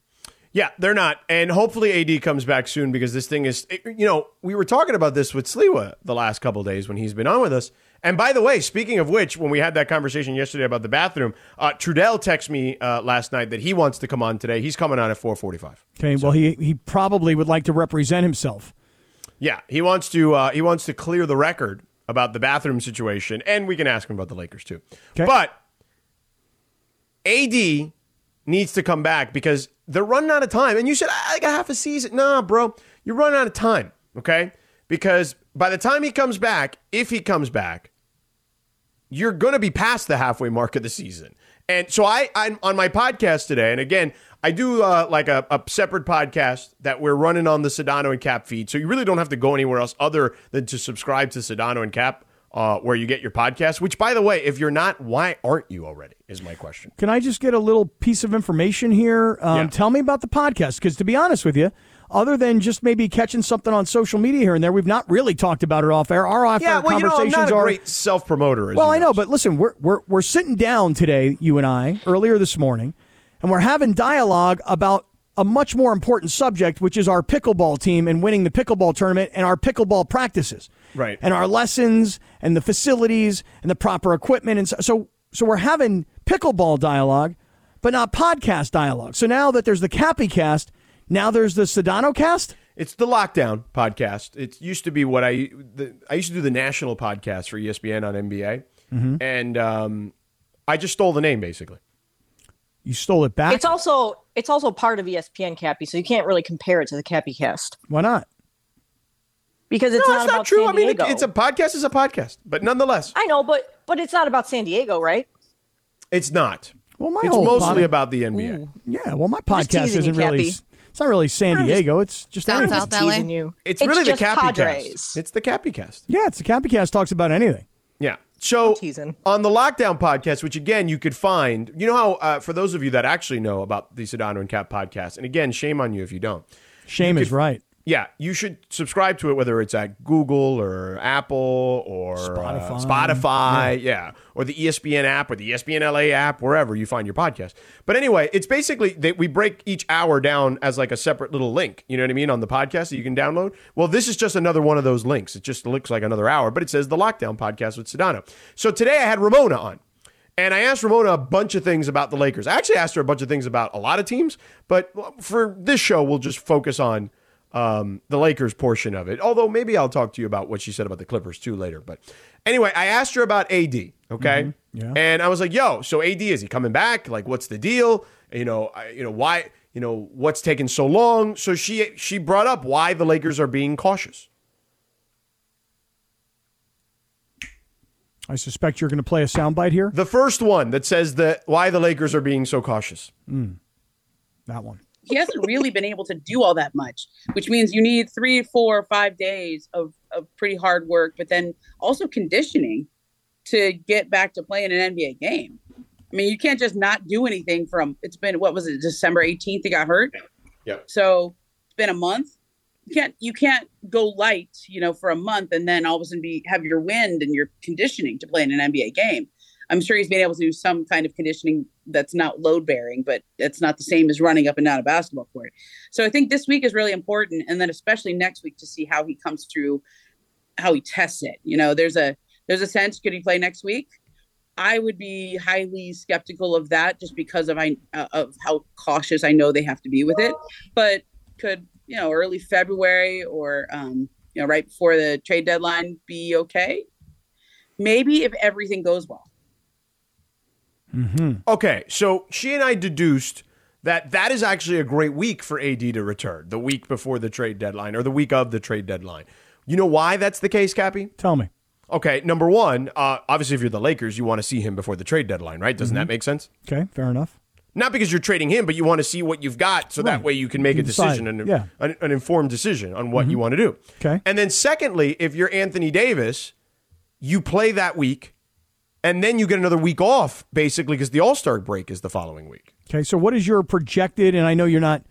S2: Yeah, they're not. And hopefully AD comes back soon because this thing is, it- you know, we were talking about this with Sliwa the last couple of days when he's been on with us. And by the way, speaking of which, when we had that conversation yesterday about the bathroom, uh, Trudell texted me uh, last night that he wants to come on today. He's coming on at 445.
S4: Okay, well he he probably would like to represent himself.
S2: Yeah, he wants to uh, he wants to clear the record about the bathroom situation, and we can ask him about the Lakers too. But AD needs to come back because they're running out of time. And you said I I got half a season. Nah, bro, you're running out of time. Okay, because by the time he comes back, if he comes back, you're going to be past the halfway mark of the season. And so I, I'm on my podcast today, and again, I do uh, like a, a separate podcast that we're running on the Sedano and Cap feed. So you really don't have to go anywhere else other than to subscribe to Sedano and Cap, uh, where you get your podcast. Which, by the way, if you're not, why aren't you already? Is my question.
S4: Can I just get a little piece of information here? Um, Tell me about the podcast, because to be honest with you, other than just maybe catching something on social media here and there, we've not really talked about it off air. Our off air
S2: yeah, well, you know, I'm
S4: conversations
S2: not a
S4: are.
S2: great self promoter.
S4: well, I know, but listen, we're, we're we're sitting down today, you and I, earlier this morning, and we're having dialogue about a much more important subject, which is our pickleball team and winning the pickleball tournament and our pickleball practices
S2: Right.
S4: and our lessons and the facilities and the proper equipment and so so, so we're having pickleball dialogue but not podcast dialogue so now that there's the cappy cast now there's the sedano cast
S2: It's the lockdown podcast. It used to be what I the, I used to do the national podcast for E ESPN on NBA,
S4: Mhm.
S2: and um, I just stole the name basically.
S4: you stole it back
S7: It's also it's also part of E ESPN Cappy, so you can't really compare it to the Cappy Cast
S4: why not
S7: because it's
S2: no,
S7: not
S2: it's not
S7: about
S2: true.
S7: San
S2: I mean, it-
S7: Diego.
S2: it's a podcast. Is a podcast, but nonetheless,
S7: I know, but but it's not about San Diego, right?
S2: it's not.
S4: Well, my
S2: it's
S4: whole
S2: mostly
S4: body-
S2: about the NBA.
S4: yeah well my
S7: Just
S4: podcast
S7: teasing you,
S4: isn't really
S7: Cappy.
S4: it's not really san
S7: I'm just-
S4: diego it's just
S7: I'm
S4: everything.
S7: just teasing you.
S2: It's, really the
S7: just
S2: Cappy
S7: Padres.
S2: Cast. It's the Cappy Cast.
S4: yeah it's the cappy cast talks about anything
S2: Yeah. So on the lockdown podcast, which again you could find, you know how uh, for those of you that actually know about the Sedano and Cap podcast, and again, shame on you if you don't.
S4: shame is right
S2: Yeah, you should subscribe to it whether it's at Google or Apple or Spotify, Spotify yeah. or the E ESPN app or the ESPN LA app, wherever you find your podcast. But anyway, it's basically that we break each hour down as like a separate little link. You know what I mean on the podcast that you can download. Well, this is just another one of those links. It just looks like another hour, but it says the Lockdown Podcast with Sedano. So today I had Ramona on. And I asked Ramona a bunch of things about the Lakers. I actually asked her a bunch of things about a lot of teams, but for this show, we'll just focus on um, the Lakers portion of it. Although maybe I'll talk to you about what she said about the Clippers too later. But anyway, I asked her about AD. Okay,
S4: Yeah.
S2: and I was like, "Yo, so AD is he coming back? Like, what's the deal? You know, I, you know why? You know what's taking so long?" So she she brought up why the Lakers are being cautious.
S4: i suspect you're going to play a soundbite here
S2: The first one that says that why the Lakers are being so cautious.
S4: Mm. that one
S9: he hasn't really been able to do all that much, which means you need three, four, five days of, of pretty hard work, but then also conditioning to get back to playing an NBA game. I mean, you can't just not do anything from it's been what was it, December 18th he got hurt?
S2: Yep.
S9: So it's been a month. You can't you can't go light, you know, for a month and then all of a sudden be have your wind and your conditioning to play in an NBA game. I'm sure he's been able to do some kind of conditioning that's not load bearing, but it's not the same as running up and down a basketball court. So I think this week is really important, and then especially next week to see how he comes through, how he tests it. You know, there's a there's a sense could he play next week? I would be highly skeptical of that just because of I uh, of how cautious I know they have to be with it. But could you know early February or um, you know right before the trade deadline be okay? Maybe if everything goes well.
S2: Mm-hmm. Okay, so she and I deduced that that is actually a great week for AD to return, the week before the trade deadline or the week of the trade deadline. You know why that's the case, Cappy?
S4: Tell me.
S2: Okay, number one, uh, obviously, if you're the Lakers, you want to see him before the trade deadline, right? Doesn't that
S4: Mhm.
S2: make sense?
S4: Okay, fair enough.
S2: Not because you're trading him, but you want to see what you've got so that
S4: Right.
S2: way you can make
S4: You
S2: a
S4: can decide.
S2: decision, an,
S4: Yeah. Mm-hmm.
S2: an, an informed decision on what you want to do.
S4: Okay.
S2: And then, secondly, if you're Anthony Davis, you play that week and then you get another week off, basically, because the All Star break is the following week.
S4: Okay, so what is your projected? And I know you're not,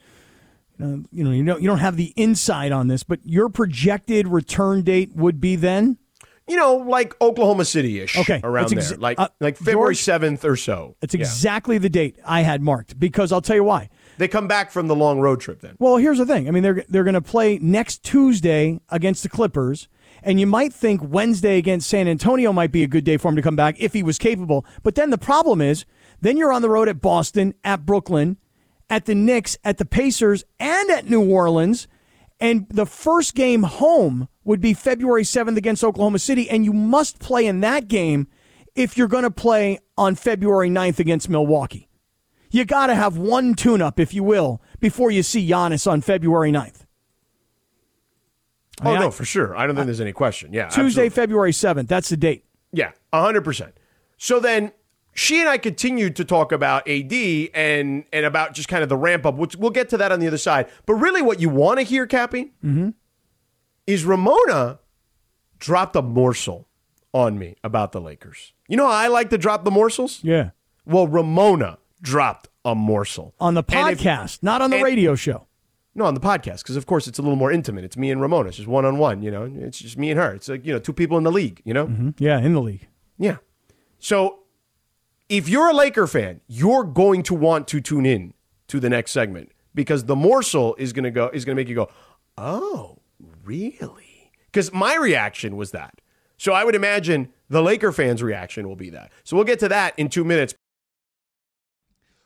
S4: uh, you know, you know, you don't have the insight on this, but your projected return date would be then.
S2: You know, like Oklahoma City ish.
S4: Okay,
S2: Around
S4: that's exa-
S2: there. Like,
S4: uh,
S2: like February
S4: George-
S2: 7th or so.
S4: That's
S2: Yeah.
S4: exactly the date I had marked because I'll tell you why.
S2: They come back from the long road trip then.
S4: Well, here's the thing. I mean, they're they're going to play next Tuesday against the Clippers, and you might think Wednesday against San Antonio might be a good day for him to come back if he was capable. But then the problem is, then you're on the road at Boston, at Brooklyn, at the Knicks, at the Pacers, and at New Orleans. And the first game home would be February 7th against Oklahoma City, and you must play in that game if you're going to play on February 9th against Milwaukee. You got to have one tune up, if you will, before you see Giannis on February 9th.
S2: Oh, no, for sure. I don't think there's any question. Yeah.
S4: Uh, Tuesday,
S2: absolutely.
S4: February 7th. That's the date.
S2: Yeah, 100%. So then she and I continued to talk about AD and and about just kind of the ramp up. Which we'll get to that on the other side. But really what you want to hear, Cappy,
S4: Mm-hmm.
S2: is Ramona dropped a morsel on me about the Lakers. You know how I like to drop the morsels?
S4: Yeah.
S2: Well, Ramona dropped a morsel.
S4: On the
S2: And if-
S4: podcast, not on the
S2: and-
S4: radio show.
S2: No, on the podcast, because of course it's a little more intimate. It's me and Ramona. It's just one on one, you know. It's just me and her. It's like, you know, two people in the league, you know?
S4: Mm-hmm. Yeah, in the league.
S2: Yeah. So if you're a Laker fan, you're going to want to tune in to the next segment because the morsel is gonna go is gonna make you go, Oh, really? Because my reaction was that. So I would imagine the Laker fans' reaction will be that. So we'll get to that in two minutes.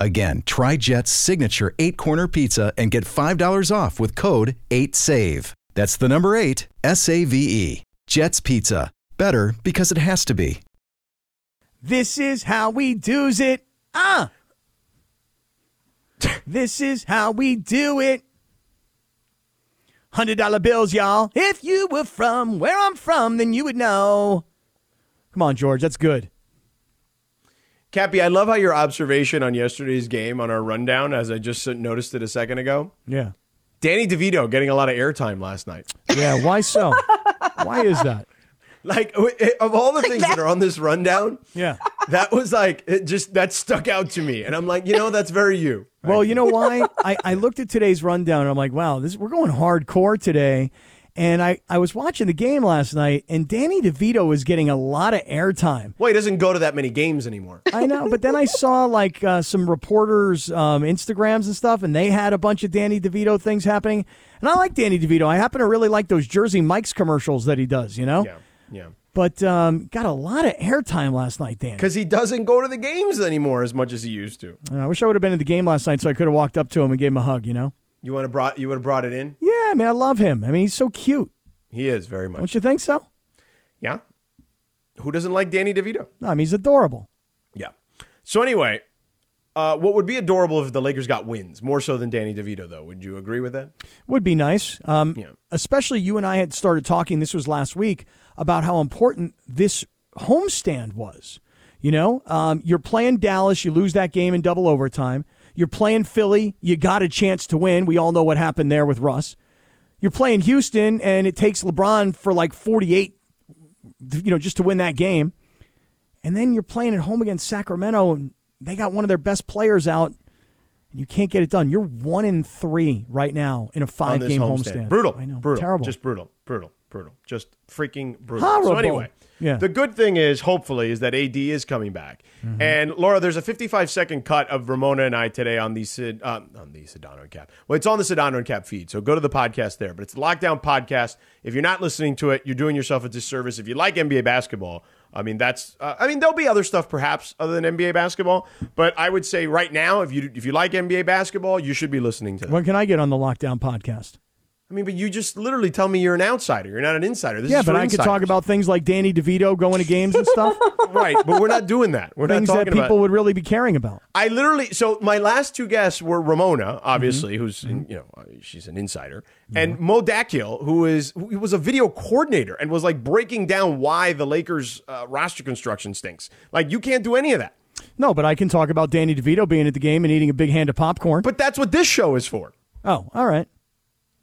S10: Again, try Jet's signature eight corner pizza and get $5 off with code 8SAVE. That's the number eight, S A V E. Jet's Pizza. Better because it has to be.
S4: This is how we do's it. Ah. this is how we do it. Hundred dollar bills, y'all. If you were from where I'm from, then you would know. Come on, George. That's good.
S2: Cappy, I love how your observation on yesterday's game on our rundown, as I just noticed it a second ago.
S4: Yeah.
S2: Danny DeVito getting a lot of airtime last night.
S4: Yeah. Why so? why is that?
S2: Like w- of all the things that are on this rundown,
S4: yeah,
S2: that was like it just that stuck out to me, and I'm like, you know, that's very you.
S4: Well, you know why? I, I looked at today's rundown and I'm like, wow, this we're going hardcore today. And I, I was watching the game last night and Danny DeVito was getting a lot of airtime.
S2: Well, he doesn't go to that many games anymore.
S4: I know, but then I saw like uh, some reporters' um, Instagrams and stuff, and they had a bunch of Danny DeVito things happening. And I like Danny DeVito. I happen to really like those Jersey Mike's commercials that he does, you know?
S2: Yeah.
S4: But um, got a lot of airtime last night, Dan.
S2: Because he doesn't go to the games anymore as much as he used to.
S4: Uh, I wish I would have been at the game last night so I could have walked up to him and gave him a hug, you know?
S2: You would have brought you would have brought it in.
S4: Yeah, man, I love him. I mean, he's so cute.
S2: He is very much.
S4: Don't you think so?
S2: Yeah. Who doesn't like Danny DeVito?
S4: No, I mean, he's adorable.
S2: Yeah. So anyway, uh, what would be adorable if the Lakers got wins more so than Danny DeVito though? Would you agree with that?
S4: Would be nice. Um, Especially you and I had started talking, this was last week, about how important this homestand was. You know, um, you're playing Dallas, you lose that game in double overtime. You're playing Philly, you got a chance to win. We all know what happened there with Russ. You're playing Houston, and it takes LeBron for like 48, you know, just to win that game. And then you're playing at home against Sacramento, and they got one of their best players out, and you can't get it done. You're one in three right now in a
S2: On
S4: five
S2: this
S4: game
S2: homestand.
S4: homestand.
S2: Brutal.
S4: I know.
S2: Brutal.
S4: Terrible.
S2: Just brutal. Brutal. Brutal. Just freaking brutal. So
S4: Horrible.
S2: anyway,
S4: Yeah.
S2: the good thing is hopefully is that AD is coming back.
S4: Mm-hmm.
S2: And Laura, there's a 55 second cut of Ramona and I today on the Sid um, on the Sedano and Cap. Well, it's on the Sedano and Cap feed, so go to the podcast there. But it's the Lockdown Podcast. If you're not listening to it, you're doing yourself a disservice. If you like NBA basketball, I mean that's uh, I mean there'll be other stuff perhaps other than NBA basketball, but I would say right now if you if you like NBA basketball, you should be listening to. That.
S4: when can I get on the lockdown podcast?
S2: I mean, but you just literally tell me you're an outsider. You're not an insider. This
S4: yeah,
S2: is
S4: but
S2: for
S4: I could
S2: insiders.
S4: talk about things like Danny DeVito going to games and stuff.
S2: right, but we're not doing that. We're
S4: things
S2: not
S4: that
S2: talking
S4: people
S2: about.
S4: would really be caring about.
S2: I literally. So my last two guests were Ramona,
S4: Mm-hmm.
S2: obviously, who's in, you know uh, she's an insider, and Mo Dakil, who is who was a video coordinator and was like breaking down why the Lakers uh, roster construction stinks. Like you can't do any of that.
S4: No, but I can talk about Danny DeVito being at the game and eating a big hand of popcorn.
S2: But that's what this show is for.
S4: Oh, all right.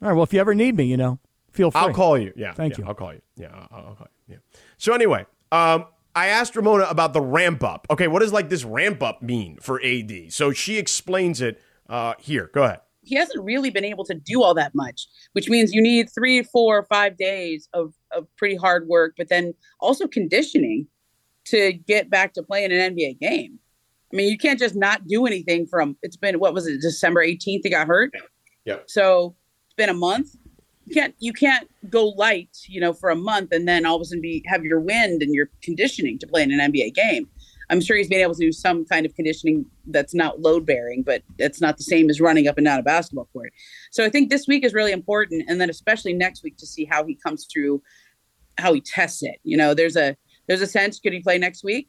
S4: All right. Well, if you ever need me, you know, feel free.
S2: I'll call you. Yeah,
S4: Thank
S2: yeah,
S4: you.
S2: I'll call you. Yeah, I'll, I'll call you. Yeah. So anyway, um, I asked Ramona about the ramp up. Okay, what does like this ramp up mean for AD? So she explains it uh, here. Go ahead.
S9: he hasn't really been able to do all that much, which means you need three, four, five days of, of pretty hard work, but then also conditioning to get back to playing an NBA game. I mean, you can't just not do anything from it's been what was it, December 18th he got hurt?
S2: Yep.
S9: So it's been a month. You can't you can't go light, you know, for a month and then all of a sudden be have your wind and your conditioning to play in an NBA game. I'm sure he's been able to do some kind of conditioning that's not load bearing, but that's not the same as running up and down a basketball court. So I think this week is really important, and then especially next week to see how he comes through, how he tests it. You know, there's a there's a sense could he play next week?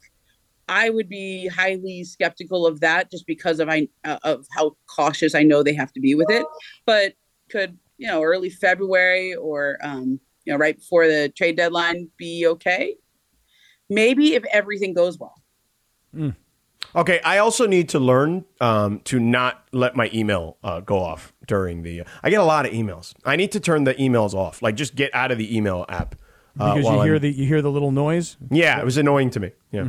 S9: I would be highly skeptical of that just because of I uh, of how cautious I know they have to be with it. But could you know early February or um, you know right before the trade deadline be okay? Maybe if everything goes well.
S2: Okay, I also need to learn um, to not let my email uh, go off during the. uh, I get a lot of emails. I need to turn the emails off. Like, just get out of the email app. uh,
S4: because
S2: while
S4: you
S2: I'm- Mm-hmm.
S4: hear the Mm-hmm. you hear the little noise.
S2: Yeah, it was annoying to me. Yeah.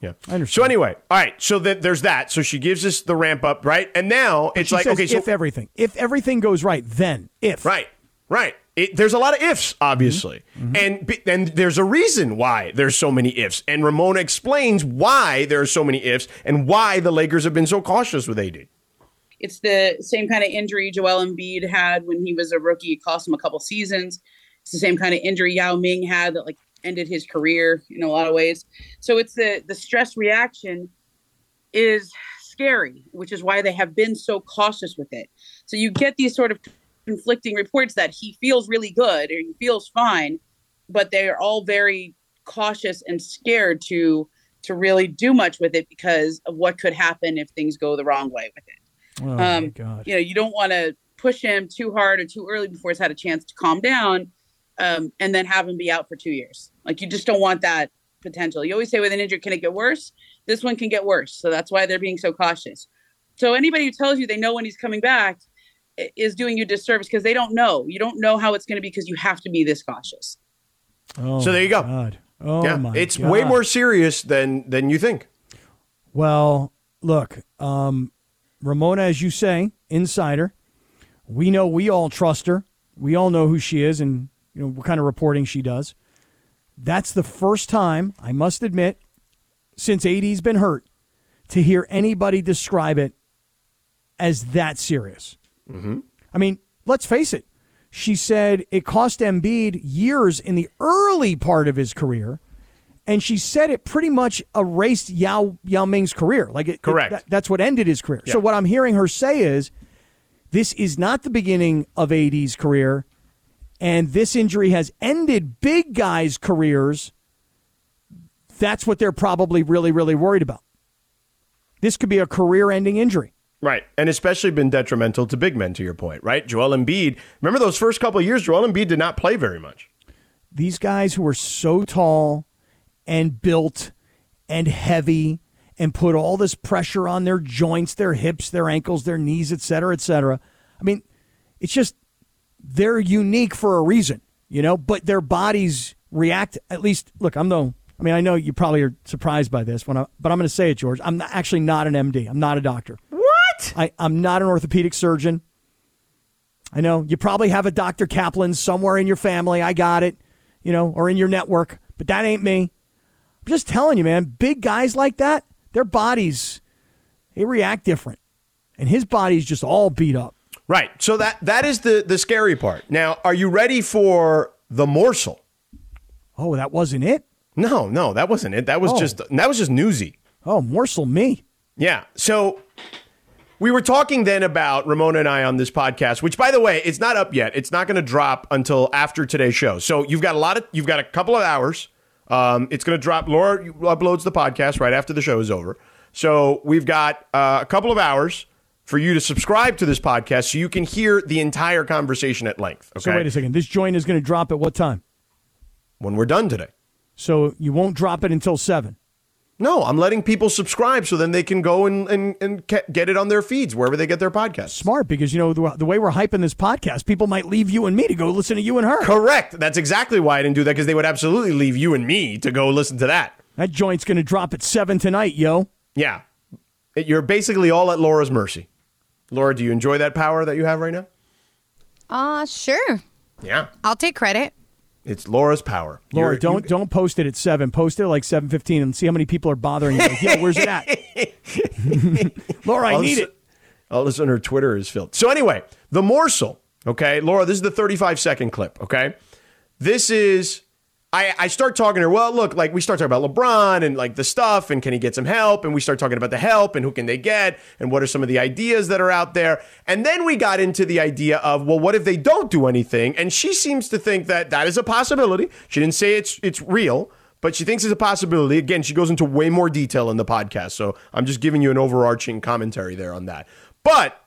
S2: Yeah. I understand. So anyway, all right. So that there's that. So she gives us the ramp up, right? And now
S4: But
S2: it's
S4: she
S2: like
S4: says,
S2: okay, so
S4: if everything, if everything goes right, then if
S2: right, right. It, there's a lot of ifs, obviously,
S4: Mm-hmm.
S2: and b- and there's a reason why there's so many ifs. And Ramona explains why there are so many ifs and why the Lakers have been so cautious with AD.
S9: It's the same kind of injury Joel Embiid had when he was a rookie. It cost him a couple seasons. It's the same kind of injury Yao Ming had that like ended his career in a lot of ways. So it's the the stress reaction is scary, which is why they have been so cautious with it. So you get these sort of conflicting reports that he feels really good or he feels fine, but they're all very cautious and scared to to really do much with it because of what could happen if things go the wrong way with it
S4: Oh, my
S9: um,
S4: God.
S9: you know, you don't want to push him too hard or too early before he's had a chance to calm down, um, and then have him be out for two years. Like you just don't want that potential. You always say with an injury, can it get worse? This one can get worse, so that's why they're being so cautious. So anybody who tells you they know when he's coming back i- is doing you a disservice because they don't know. You don't know how it's going to be because you have to be this cautious.
S4: Oh,
S2: so there you go.
S4: Oh my
S2: it's way
S4: God.
S2: more serious than than you think.
S4: Well, look, um, Ramona, as you say, insider. We know we all trust her. We all know who she is and you know what kind of reporting she does. That's the first time I must admit since AD's been hurt to hear anybody describe it as that serious.
S2: Mm-hmm.
S4: I mean, let's face it. She said it cost Embiid years in the early part of his career and she said it pretty much erased Yao Yao Ming's career. Like it,
S2: Correct.
S4: it- that- that's what ended his career. So
S2: Yeah.
S4: what I'm hearing her say is, this is not the beginning of AD's career, and this injury has ended big guys' careers. That's what they're probably really really worried about. This could be a career-ending injury.
S2: Right. And especially been detrimental to big men, to your point, right? Joel Embiid. Remember those first couple of years, Joel Embiid did not play very much.
S4: these guys who are so tall and built and heavy and put all this pressure on their joints, their hips, their ankles, their knees, et cetera, et cetera. I mean, it's just they're unique for a reason, you know, but their bodies react at least look, I'm no I mean, I know you probably are surprised by this when I but I'm gonna say it, George. I'm not, actually not an MD. I'm not a doctor. What? I, I'm not an orthopedic surgeon. I know you probably have a Dr. Kaplan somewhere in your family. I got it, you know, or in your network, but that ain't me. I'm just telling you, man, big guys like that, their bodies, they react different. And his body's just all beat up.
S2: Right. So that that is the the scary part. Now, are you ready for the morsel?
S4: Oh, that wasn't it?
S2: No, no, that wasn't it. That was
S4: Oh.
S2: just that was just newsy.
S4: Oh, morsel me.
S2: Yeah. So we were talking then about Ramona and I on this podcast, which by the way, it's not up yet. It's not going to drop until after today's show. So you've got a lot of you've got a couple of hours. Um, it's going to drop. Laura uploads the podcast right after the show is over. So we've got uh, a couple of hours for you to subscribe to this podcast so you can hear the entire conversation at length. Okay.
S4: So wait a second. This joint is going to drop at what time?
S2: When we're done today.
S4: So you won't drop it until seven.
S2: No, I'm letting people subscribe so then they can go and, and, and ca- get it on their feeds wherever they get their podcasts.
S4: Smart, because you know the, the way we're hyping this podcast, people might leave you and me to go listen to you and her.
S2: Correct. That's exactly why I didn't do that because they would absolutely leave you and me to go listen to that.
S4: That joint's going to drop at seven tonight, yo.
S2: Yeah. It- You're basically all at Laura's mercy. Laura, do you enjoy that power that you have right now?
S8: Uh, sure.
S2: Yeah.
S8: I'll take credit.
S2: It's Laura's power.
S4: Laura,
S2: You're-
S4: don't don't post it at seven. Post it at like seven fifteen and see how many people are bothering you. Like, Yo, where's it at? Laura, I
S2: All of a
S4: need
S2: su-
S4: it.
S2: All of a sudden, her Twitter is filled. So anyway, the morsel. Okay, Laura, this is the 35 second clip. Okay, this is. I, I start talking to her. Well, look, like we start talking about LeBron and like the stuff, and can he get some help? And we start talking about the help and who can they get, and what are some of the ideas that are out there. And then we got into the idea of well, what if they don't do anything? And she seems to think that that is a possibility. She didn't say it's it's real, but she thinks it's a possibility. Again, she goes into way more detail in the podcast. So I'm just giving you an overarching commentary there on that. But,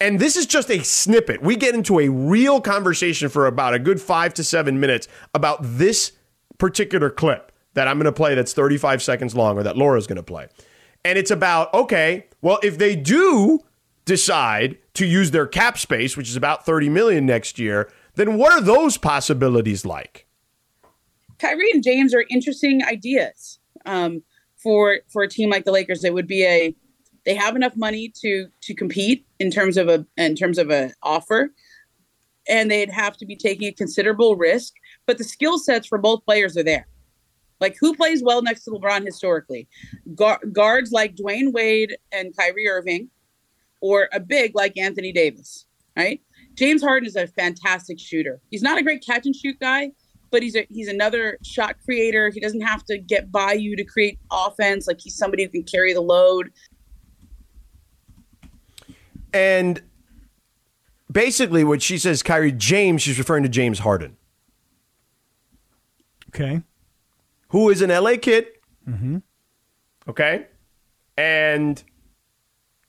S2: and this is just a snippet, we get into a real conversation for about a good five to seven minutes about this particular clip that I'm going to play that's 35 seconds long or that Laura's going to play. And it's about, okay, well, if they do decide to use their cap space, which is about 30 million next year, then what are those possibilities like?
S9: Kyrie and James are interesting ideas um, for for a team like the Lakers. It would be a they have enough money to to compete in terms of a in terms of a offer, and they'd have to be taking a considerable risk. But the skill sets for both players are there. Like who plays well next to LeBron historically? Gar- guards like Dwayne Wade and Kyrie Irving, or a big like Anthony Davis, right? James Harden is a fantastic shooter. He's not a great catch and shoot guy, but he's a, he's another shot creator. He doesn't have to get by you to create offense. Like he's somebody who can carry the load.
S2: And basically, what she says, Kyrie James, she's referring to James Harden,
S4: Okay.
S2: who is an LA kid,
S4: Mm-hmm.
S2: okay, and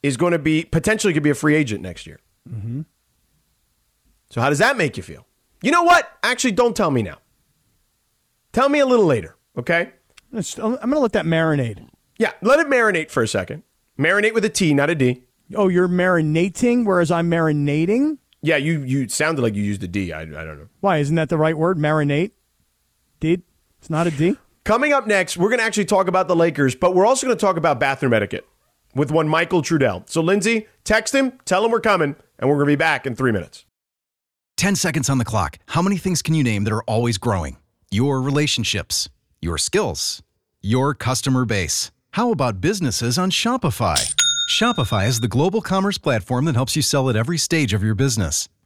S2: is going to be potentially could be a free agent next year.
S4: Mm-hmm.
S2: So, how does that make you feel? You know what? Actually, don't tell me now. Tell me a little later, okay?
S4: I'm going to let that marinate.
S2: Yeah, let it marinate for a second. Marinate with a T, not a D.
S4: Oh, you're marinating, whereas I'm marinating.
S2: Yeah, you you sounded like you used a D. I, I don't know.
S4: Why isn't that the right word? Marinate. Did it's not a D.
S2: Coming up next, we're going to actually talk about the Lakers, but we're also going to talk about bathroom etiquette with one Michael Trudell. So, Lindsay, text him, tell him we're coming, and we're going to be back in three minutes.
S11: 10 seconds on the clock. How many things can you name that are always growing? Your relationships, your skills, your customer base. How about businesses on Shopify? Shopify is the global commerce platform that helps you sell at every stage of your business.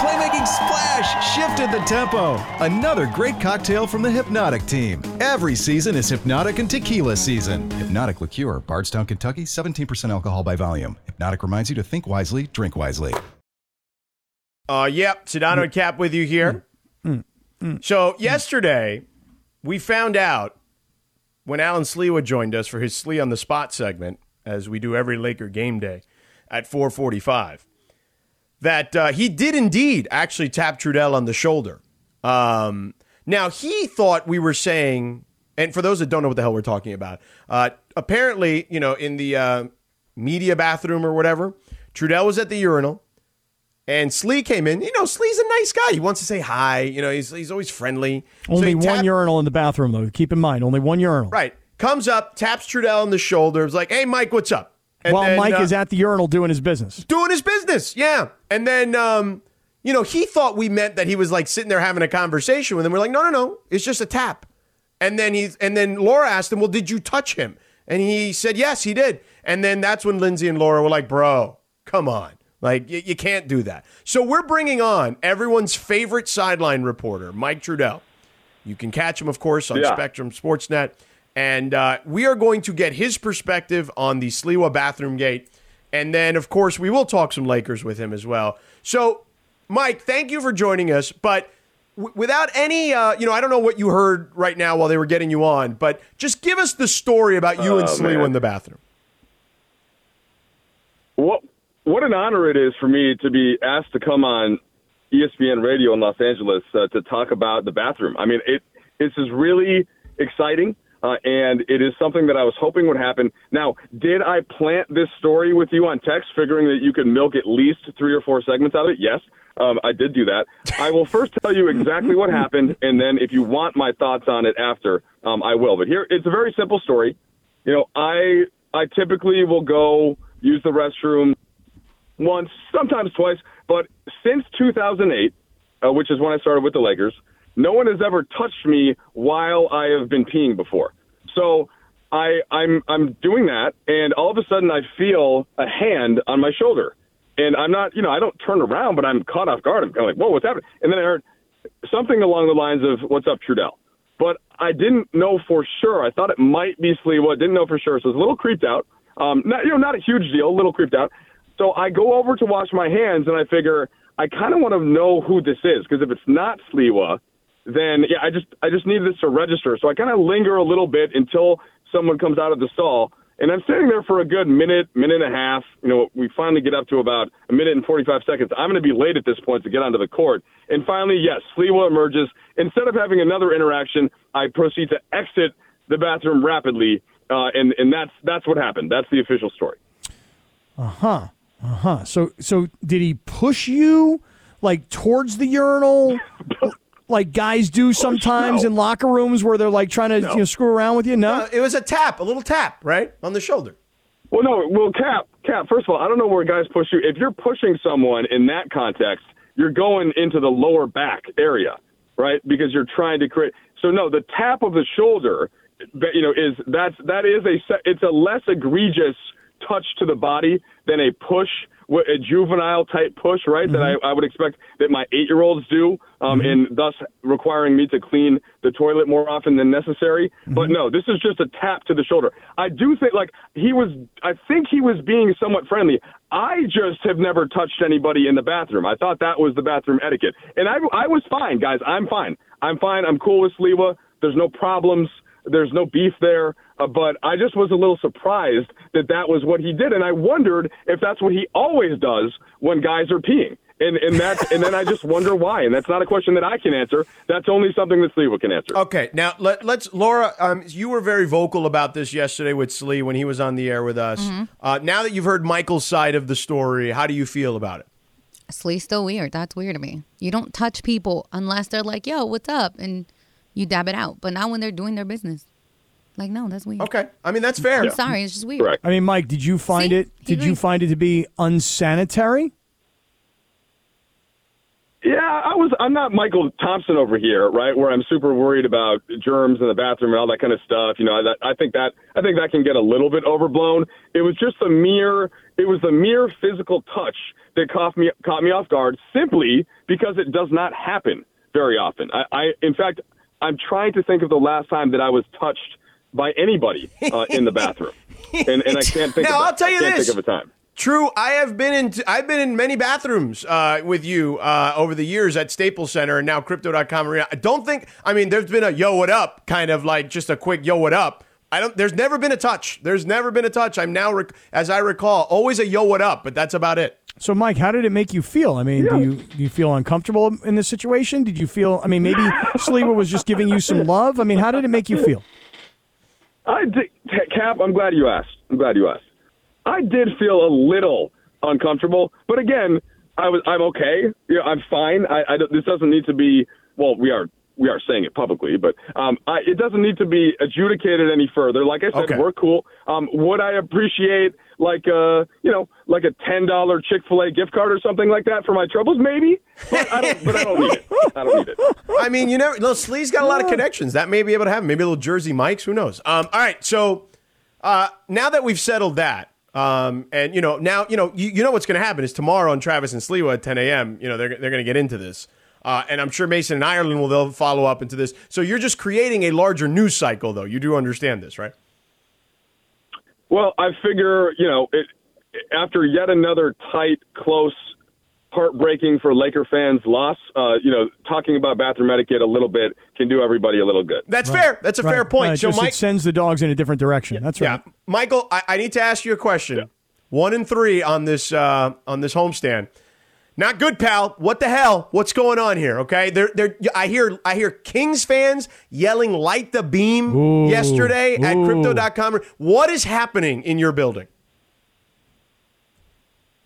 S10: playmaking splash shifted the tempo. Another great cocktail from the Hypnotic team. Every season is Hypnotic and Tequila season. Hypnotic Liqueur, Bardstown, Kentucky, 17% alcohol by volume. Hypnotic reminds you to think wisely, drink wisely.
S2: Uh, yep, Sedano and Cap with you here. So yesterday, we found out when Alan Slewa joined us for his Slee on the Spot segment, as we do every Laker game day at 4:45, that uh, he did indeed actually tap Trudell on the shoulder. Um, now he thought we were saying, and for those that don't know what the hell we're talking about, uh, apparently, you know, in the uh, media bathroom or whatever, Trudell was at the urinal. And Slee came in. You know, Slee's a nice guy. He wants to say hi. You know, he's, he's always friendly. So
S4: Only
S2: he
S4: one
S2: tapped-
S4: urinal in the bathroom, though. Keep in mind, only one urinal.
S2: Right. Comes up, taps Trudell on the shoulder. Is like, hey, Mike, what's up? And
S4: While
S2: then,
S4: Mike
S2: uh,
S4: is at the urinal doing his business.
S2: doing his business. Yeah. And then, um, you know, he thought we meant that he was like sitting there having a conversation with him. We're like, no, no, no. It's just a tap. And then he's, and then Laura asked him, well, did you touch him? And he said, yes, he did. And then that's when Lindsay and Laura were like, bro, come on. Like, y- you can't do that. So we're bringing on everyone's favorite sideline reporter, Mike Trudell. You can catch him, of course, on
S12: Yeah.
S2: Spectrum Sportsnet. And uh, we are going to get his perspective on the Sliwa bathroom gate. And then, of course, we will talk some Lakers with him as well. So, Mike, thank you for joining us. But w- without any, uh, you know, I don't know what you heard right now while they were getting you on, but just give us the story about you and
S12: Oh,
S2: Sliwa
S12: man.
S2: in the bathroom.
S12: What what an honor it is for me to be asked to come on E ESPN Radio in Los Angeles uh, to talk about the bathroom. I mean, it this is really exciting, uh, and it is something that I was hoping would happen. Now, did I plant this story with you on text, figuring that you could milk at least three or four segments out of it? Yes. Um, I did do that. I will first tell you exactly what happened, and then if you want my thoughts on it after, um, I will. But here, it's a very simple story. You know, I I typically will go use the restroom once, sometimes twice, but since 2008, uh, which is when I started with the Lakers, no one has ever touched me while I have been peeing before. So I, I'm I'm doing that, and all of a sudden I feel a hand on my shoulder, and I'm not, you know, I don't turn around, but I'm caught off guard. I'm kind of like, whoa, what's happening? And then I heard something along the lines of, "What's up, Trudell?" But I didn't know for sure. I thought it might be Sliwa. Didn't know for sure, so I was a little creeped out. Um, not, you know, not a huge deal. A little creeped out. So I go over to wash my hands, and I figure I kind of want to know who this is because if it's not Sliwa, then yeah, I just I just need this to register. So I kind of linger a little bit until someone comes out of the stall, and I'm sitting there for a good minute, minute and a half. You know, we finally get up to about a minute and 45 seconds. I'm going to be late at this point to get onto the court, and finally, yes, Sliwa emerges. Instead of having another interaction, I proceed to exit the bathroom rapidly, uh, and and that's that's what happened. That's the official story.
S4: Uh huh. Uh huh. So so did he push you like towards the urinal, like guys
S2: Oh,
S4: do sometimes in locker rooms where they're like trying to you know, screw around with you? No.
S2: Uh, It was a tap, a little tap, right? On the shoulder.
S12: Well, no. Well, Cap, Cap. First of all, I don't know where guys push you. If you're pushing someone in that context, you're going into the lower back area, right? Because you're trying to create. So no, the tap of the shoulder, that, you know, is that's that is a se- it's a less egregious touch to the body than a push, wh- a juvenile type push, right? That I, I would expect that my eight year olds do, um, and thus requiring me to clean the toilet more often than necessary. But no, this is just a tap to the shoulder. I do think, like, he was, I think he was being somewhat friendly. I just have never touched anybody in the bathroom. I thought that was the bathroom etiquette. And I, I was fine, guys. I'm fine. I'm fine. I'm cool with Sliwa. There's no problems. There's no beef there. Uh, but I just was a little surprised that that was what he did, and I wondered if that's what he always does when guys are peeing. And and that and then I just wonder why. And that's not a question that I can answer. That's only something that Sliwa can answer.
S2: Okay, now let, let's Laura. Um, you were very vocal about this yesterday with Slee when he was on the air with us.
S8: Mhm.
S2: Uh, now that you've heard Michael's side of the story, how do you feel about it?
S8: Slee's still weird. That's weird to me. You don't touch people unless they're like, yo, what's up? And you dab it out. But not when they're doing their business. Like, no, that's weird.
S2: Okay. I mean, that's fair.
S8: I'm sorry. It's just weird.
S4: I mean, Mike, did you find it? Did you find it to be unsanitary?
S12: Yeah, I was. I'm not Michael Thompson over here, right? Where I'm super worried about germs in the bathroom and all that kind of stuff. You know, that, I think that I think that can get a little bit overblown. It was just a mere. It was the mere physical touch that caught me caught me off guard, simply because it does not happen very often. I, I in fact, I'm trying to think of the last time that I was touched by anybody uh, in the bathroom, and, and I can't think.
S2: Now,
S12: of
S2: I'll tell you
S12: I can't
S2: this.
S12: think of a time.
S2: True, I have been in. I've been in many bathrooms uh, with you uh, over the years at Staples Center and now Crypto.com Arena. I don't think. I mean, there's been a yo, what up? Kind of like just a quick yo, what up? I don't. There's never been a touch. There's never been a touch. I'm now, rec- as I recall, always a yo, what up? But that's about it.
S4: So, Mike, how did it make you feel? I mean, do you do you feel uncomfortable in this situation? Did you feel? I mean, maybe Sliwa was just giving you some love. I mean, how did it make you feel?
S12: I did, Cap, I'm glad you asked. I'm glad you asked. I did feel a little uncomfortable, but again, I was I'm okay. You know, I'm fine. I, I don't- this doesn't need to be. Well, we are we are saying it publicly, but um, I, it doesn't need to be adjudicated any further. Like I said,
S13: Okay.
S12: we're cool. Um, would I appreciate like a you know like a ten dollar Chick fil A gift card or something like that for my troubles? Maybe, but I don't. but I don't need it. I don't need it.
S2: I mean, you never. Little Slee's got a lot of connections. That may be able to happen. Maybe a little Jersey Mike's. Who knows? Um, all right. So uh, now that we've settled that, um, and you know, now you know, you, you know what's going to happen is tomorrow on Travis and Sliwa at 10 a.m. You know, they're they're going to get into this. Uh, and I'm sure Mason and Ireland will they'll follow up into this. So you're just creating a larger news cycle, though. You do understand this, right?
S12: Well, I figure, you know, it, after yet another tight, close, heartbreaking for Laker fans loss, uh, you know, talking about bathroom etiquette a little bit can do everybody a little good.
S2: That's fair. That's a fair
S4: Right,
S2: point.
S4: right,
S2: so
S4: just
S2: Mike,
S4: it sends the dogs in a different direction. That's right.
S2: Yeah, Michael, I, I need to ask you a question. One and three on this uh, on this homestand. Not good, pal. What the hell? What's going on here? Okay, there, there. I hear, I hear Kings fans yelling "Light the beam" yesterday at Crypto.com. What is happening in your building?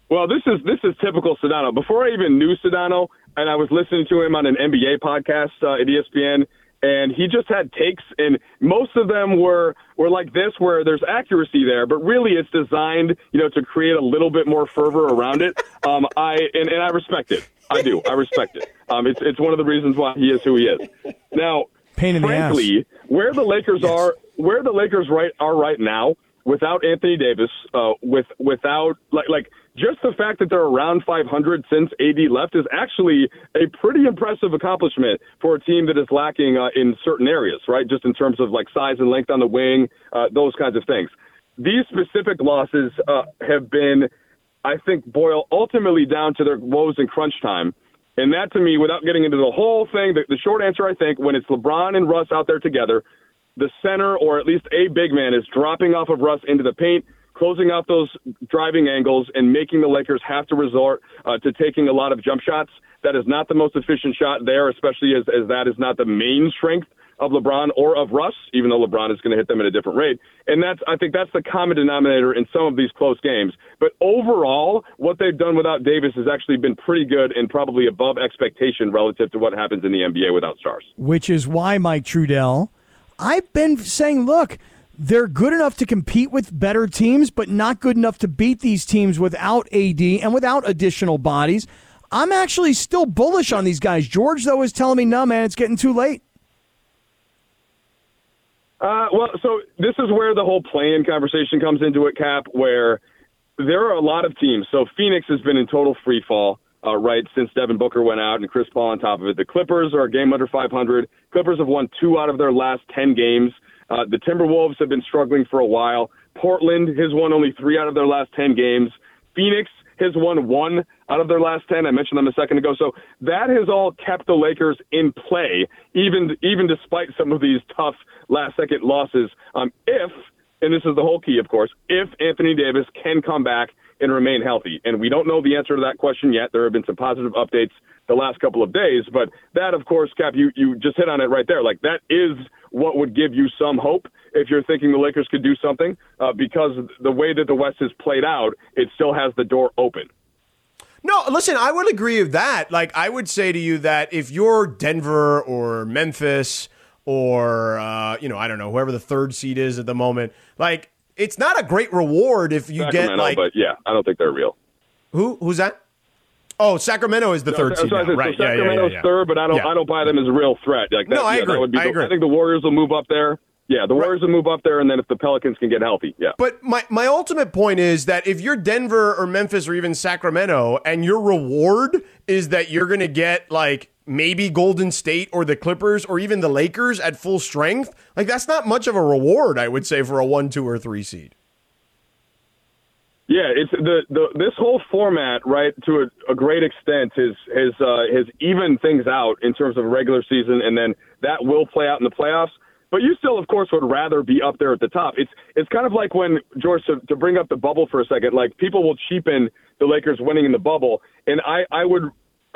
S12: Well, this is this is typical Sedano. Before I even knew Sedano, and I was listening to him on an NBA podcast uh, at ESPN, and he just had takes, and most of them were were like this, where there's accuracy there, but really it's designed, you know, to create a little bit more fervor around it. Um, I and, and I respect it. I do. I respect it. Um, it's it's one of the reasons why he is who he is. Now,
S4: Pain in the ass.
S12: frankly, where the Lakers are, where the Lakers right are right now, without Anthony Davis, uh, with without like like just the fact that they're around 500 since AD left is actually a pretty impressive accomplishment for a team that is lacking uh, in certain areas, right? Just in terms of like size and length on the wing, uh, those kinds of things. These specific losses uh, have been, I think, boil ultimately down to their woes in crunch time. And that to me, without getting into the whole thing, the, the short answer I think when it's LeBron and Russ out there together, the center or at least a big man is dropping off of Russ into the paint, closing out those driving angles, and making the Lakers have to resort uh, to taking a lot of jump shots. That is not the most efficient shot there, especially as, as that is not the main strength of LeBron or of Russ, even though LeBron is going to hit them at a different rate. And that's, I think that's the common denominator in some of these close games. But overall, what they've done without Davis has actually been pretty good and probably above expectation relative to what happens in the NBA without stars.
S4: which is why Mike Trudell, I've been saying, look, they're good enough to compete with better teams, but not good enough to beat these teams without AD and without additional bodies. I'm actually still bullish on these guys. George, though, is telling me, no, man, it's getting too late.
S12: Uh, well, so this is where the whole play-in conversation comes into it, Cap. Where there are a lot of teams. So Phoenix has been in total free fall, uh, right, since Devin Booker went out and Chris Paul on top of it. The Clippers are a game under 500. Clippers have won two out of their last 10 games. Uh, the Timberwolves have been struggling for a while. Portland has won only three out of their last 10 games. Phoenix has won one out of their last 10. I mentioned them a second ago. So that has all kept the Lakers in play, even, even despite some of these tough last second losses. Um, if, and this is the whole key, of course, if Anthony Davis can come back and remain healthy. And we don't know the answer to that question yet. There have been some positive updates the last couple of days, but that, of course, Cap, you, you just hit on it right there. Like that is what would give you some hope if you're thinking the Lakers could do something, uh, because the way that the West has played out, it still has the door open.
S2: No, listen, I would agree with that. Like, I would say to you that if you're Denver or Memphis or, uh, you know, I don't know, whoever the third seed is at the moment, like, it's not a great reward if you
S12: Sacramento,
S2: get, like,
S12: but yeah, I don't think they're real.
S2: who? Who's that? Oh, Sacramento is the
S12: No,
S2: third
S12: so-
S2: seed.
S12: so I
S2: now,
S12: said- so
S2: right. Yeah, yeah, yeah,
S12: Sacramento's
S2: yeah.
S12: third, but I don't,
S2: Yeah.
S12: I don't buy them as a real threat. Like that,
S2: No, I
S12: yeah,
S2: agree.
S12: That would be
S2: I
S12: the-
S2: agree.
S12: I think the Warriors will move up there. Yeah, the Warriors will move up there, and then if the Pelicans can get healthy, yeah.
S2: But my, my ultimate point is that if you're Denver or Memphis or even Sacramento and your reward is that you're going to get like maybe Golden State or the Clippers or even the Lakers at full strength, like that's not much of a reward, I would say, for a one, two, or three seed.
S12: Yeah, it's the, the this whole format, right? To a, a great extent, has has uh, has evened things out in terms of regular season, and then that will play out in the playoffs. But you still, of course, would rather be up there at the top. It's it's kind of like when George to, to bring up the bubble for a second. Like people will cheapen the Lakers winning in the bubble, and I I would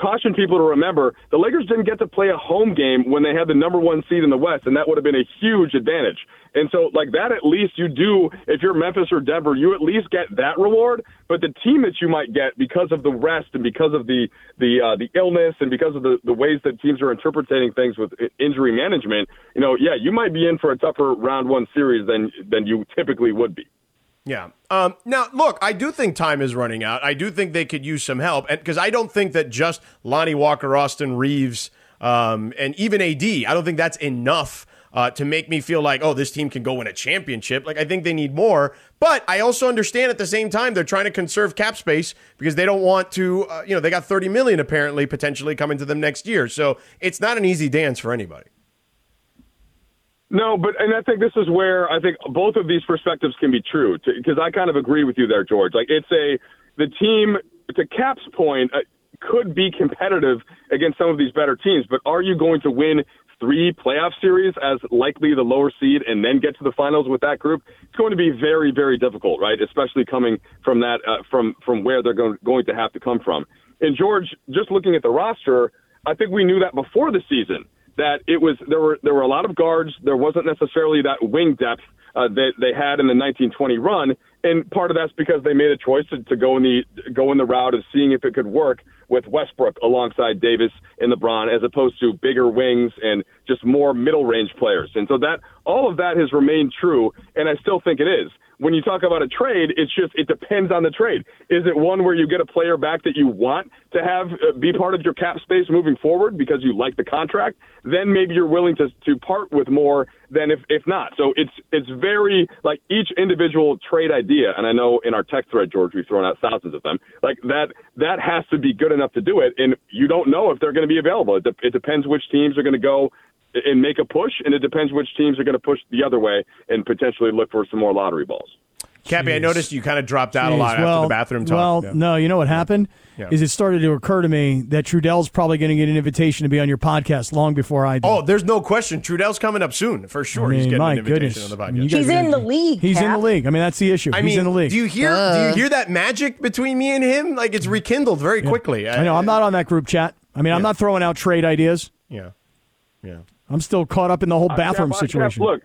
S12: caution people to remember the Lakers didn't get to play a home game when they had the number one seed in the West, and that would have been a huge advantage. And so, like that, at least you do, if you're Memphis or Denver, you at least get that reward. But the team that you might get because of the rest and because of the the uh, the illness and because of the, the ways that teams are interpreting things with i- injury management, you know, yeah, you might be in for a tougher round one series than than you typically would be.
S2: Yeah. Um, now, look, I do think time is running out. I do think they could use some help, and because I don't think that just Lonnie Walker, Austin Reeves, um, and even AD, I don't think that's enough uh, to make me feel like, oh, this team can go win a championship. Like, I think they need more. But I also understand at the same time they're trying to conserve cap space because they don't want to, uh, you know, they got thirty million apparently potentially coming to them next year. So it's not an easy dance for anybody.
S12: No, but and I think this is where I think both of these perspectives can be true because I kind of agree with you there, George. Like it's a the team to Cap's point uh, could be competitive against some of these better teams, but are you going to win three playoff series as likely the lower seed and then get to the finals with that group? It's going to be very very difficult, right? Especially coming from that uh, from from where they're going going to have to come from. And George, just looking at the roster, I think we knew that before the season that it was there were there were a lot of guards. There wasn't necessarily that wing depth uh, that they had in the 1920 run, and part of that's because they made a choice to, to go in the go in the route of seeing if it could work with Westbrook alongside Davis and LeBron, as opposed to bigger wings and just more middle range players. And so that all of that has remained true, and I still think it is when you talk about a trade, it's just it depends on the trade. Is it one where you get a player back that you want to have uh, be part of your cap space moving forward because you like the contract? Then maybe you're willing to to part with more than if if not. So it's it's very like each individual trade idea, and I know in our tech thread, George, we've thrown out thousands of them. Like that that has to be good enough to do it, and you don't know if they're going to be available. It, de- it depends which teams are going to go. And make a push, and it depends which teams are going to push the other way and potentially look for some more lottery balls.
S2: Cappy, I noticed you kind of dropped out a
S4: Jeez,
S2: lot after
S4: well-
S2: the bathroom talk.
S4: Well, no, you know what happened
S2: Yeah.
S4: is it started to occur to me that Trudell's probably going to get an invitation to be on your podcast long before I do.
S2: Oh, there's no question. Trudell's coming up soon for sure.
S4: I mean,
S2: He's getting
S4: my
S2: an invitation
S4: goodness.
S2: on the podcast.
S4: I mean, you guys are- He's in the league. I mean, that's the issue.
S2: I
S4: He's
S2: mean,
S4: in the league.
S2: do you hear? Do you hear that magic between me and him? Like it's rekindled very quickly.
S4: I know. I'm not on that group chat. I mean, I'm not throwing out trade ideas.
S2: Yeah. Yeah.
S4: I'm still caught up in the whole
S12: Uh,
S4: bathroom
S12: Cap, uh, Cap,
S4: situation.
S12: look,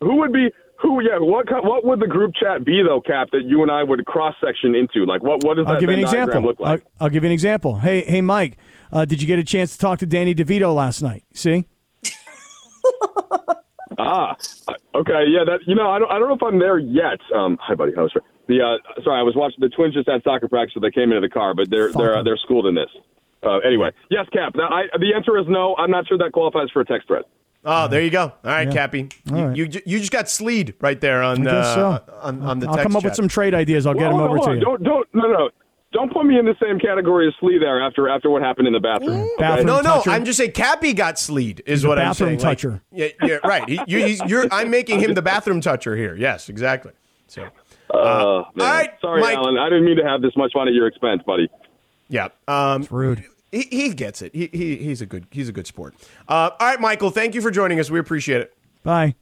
S12: who would be who? Yeah, what co- what would the group chat be though, Cap? That you and I would cross section into? Like, what what does
S4: I'll
S12: that
S4: give you an
S12: Venn diagram
S4: example.
S12: look like?
S4: I'll, I'll give you an example. Hey, hey, Mike, uh, did you get a chance to talk to Danny DeVito last night? See,
S12: ah, okay, yeah. That you know, I don't I don't know if I'm there yet. Um, hi, buddy. How's the? Uh, sorry, I was watching the Twins just had soccer practice, so they came into the car, but they're they're uh, they're schooled in this. Uh, anyway, yes, Cap. Now, I, the answer is no. I'm not sure that qualifies for a text thread.
S2: Oh, there you go. All right, Cappy.
S4: All
S2: you,
S4: right.
S2: you ju- you just got sleed right there
S4: I
S2: on
S4: guess
S2: uh,
S4: so.
S2: on, on the
S4: I'll
S2: text
S4: come up with
S2: chat.
S4: some trade ideas. I'll get them
S12: Hold on,
S4: over
S12: hold
S4: to
S12: on.
S4: you.
S12: Don't Oh, don't no no. Don't put me in the same category as Slee there after after what happened in the bathroom. okay?
S2: no, no. I'm just saying Cappy got sleed is
S4: He's a
S2: what I'm
S4: bathroom
S2: saying. Like,
S4: toucher.
S2: yeah, yeah, right. He, you, he's, you're, I'm making him the bathroom toucher here. Yes, exactly. So.
S12: Oh, man.
S2: Uh, all right,
S12: Sorry,
S2: Mike.
S12: Alan. I didn't mean to have this much fun at your expense, buddy.
S2: Yeah. Um,
S4: rude.
S2: He, he gets it. He, he he's a good he's a good sport. Uh, all right, Michael. Thank you for joining us. We appreciate it.
S4: Bye.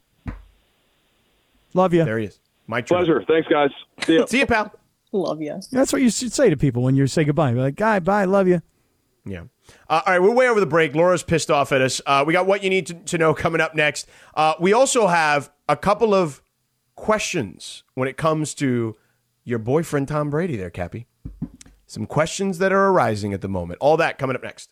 S4: Love you.
S2: There he is. Mike.
S12: Pleasure. Thanks, guys. See ya.
S2: See ya, pal.
S7: Love you.
S4: That's what you should say to people when you say goodbye. Be like, guy, bye, love you.
S2: Yeah. Uh, all right, we're way over the break. Laura's pissed off at us. Uh, we got what you need to, to know coming up next. Uh, we also have a couple of questions when it comes to your boyfriend Tom Brady. There, Cappy. Some questions that are arising at the moment. All that coming up next.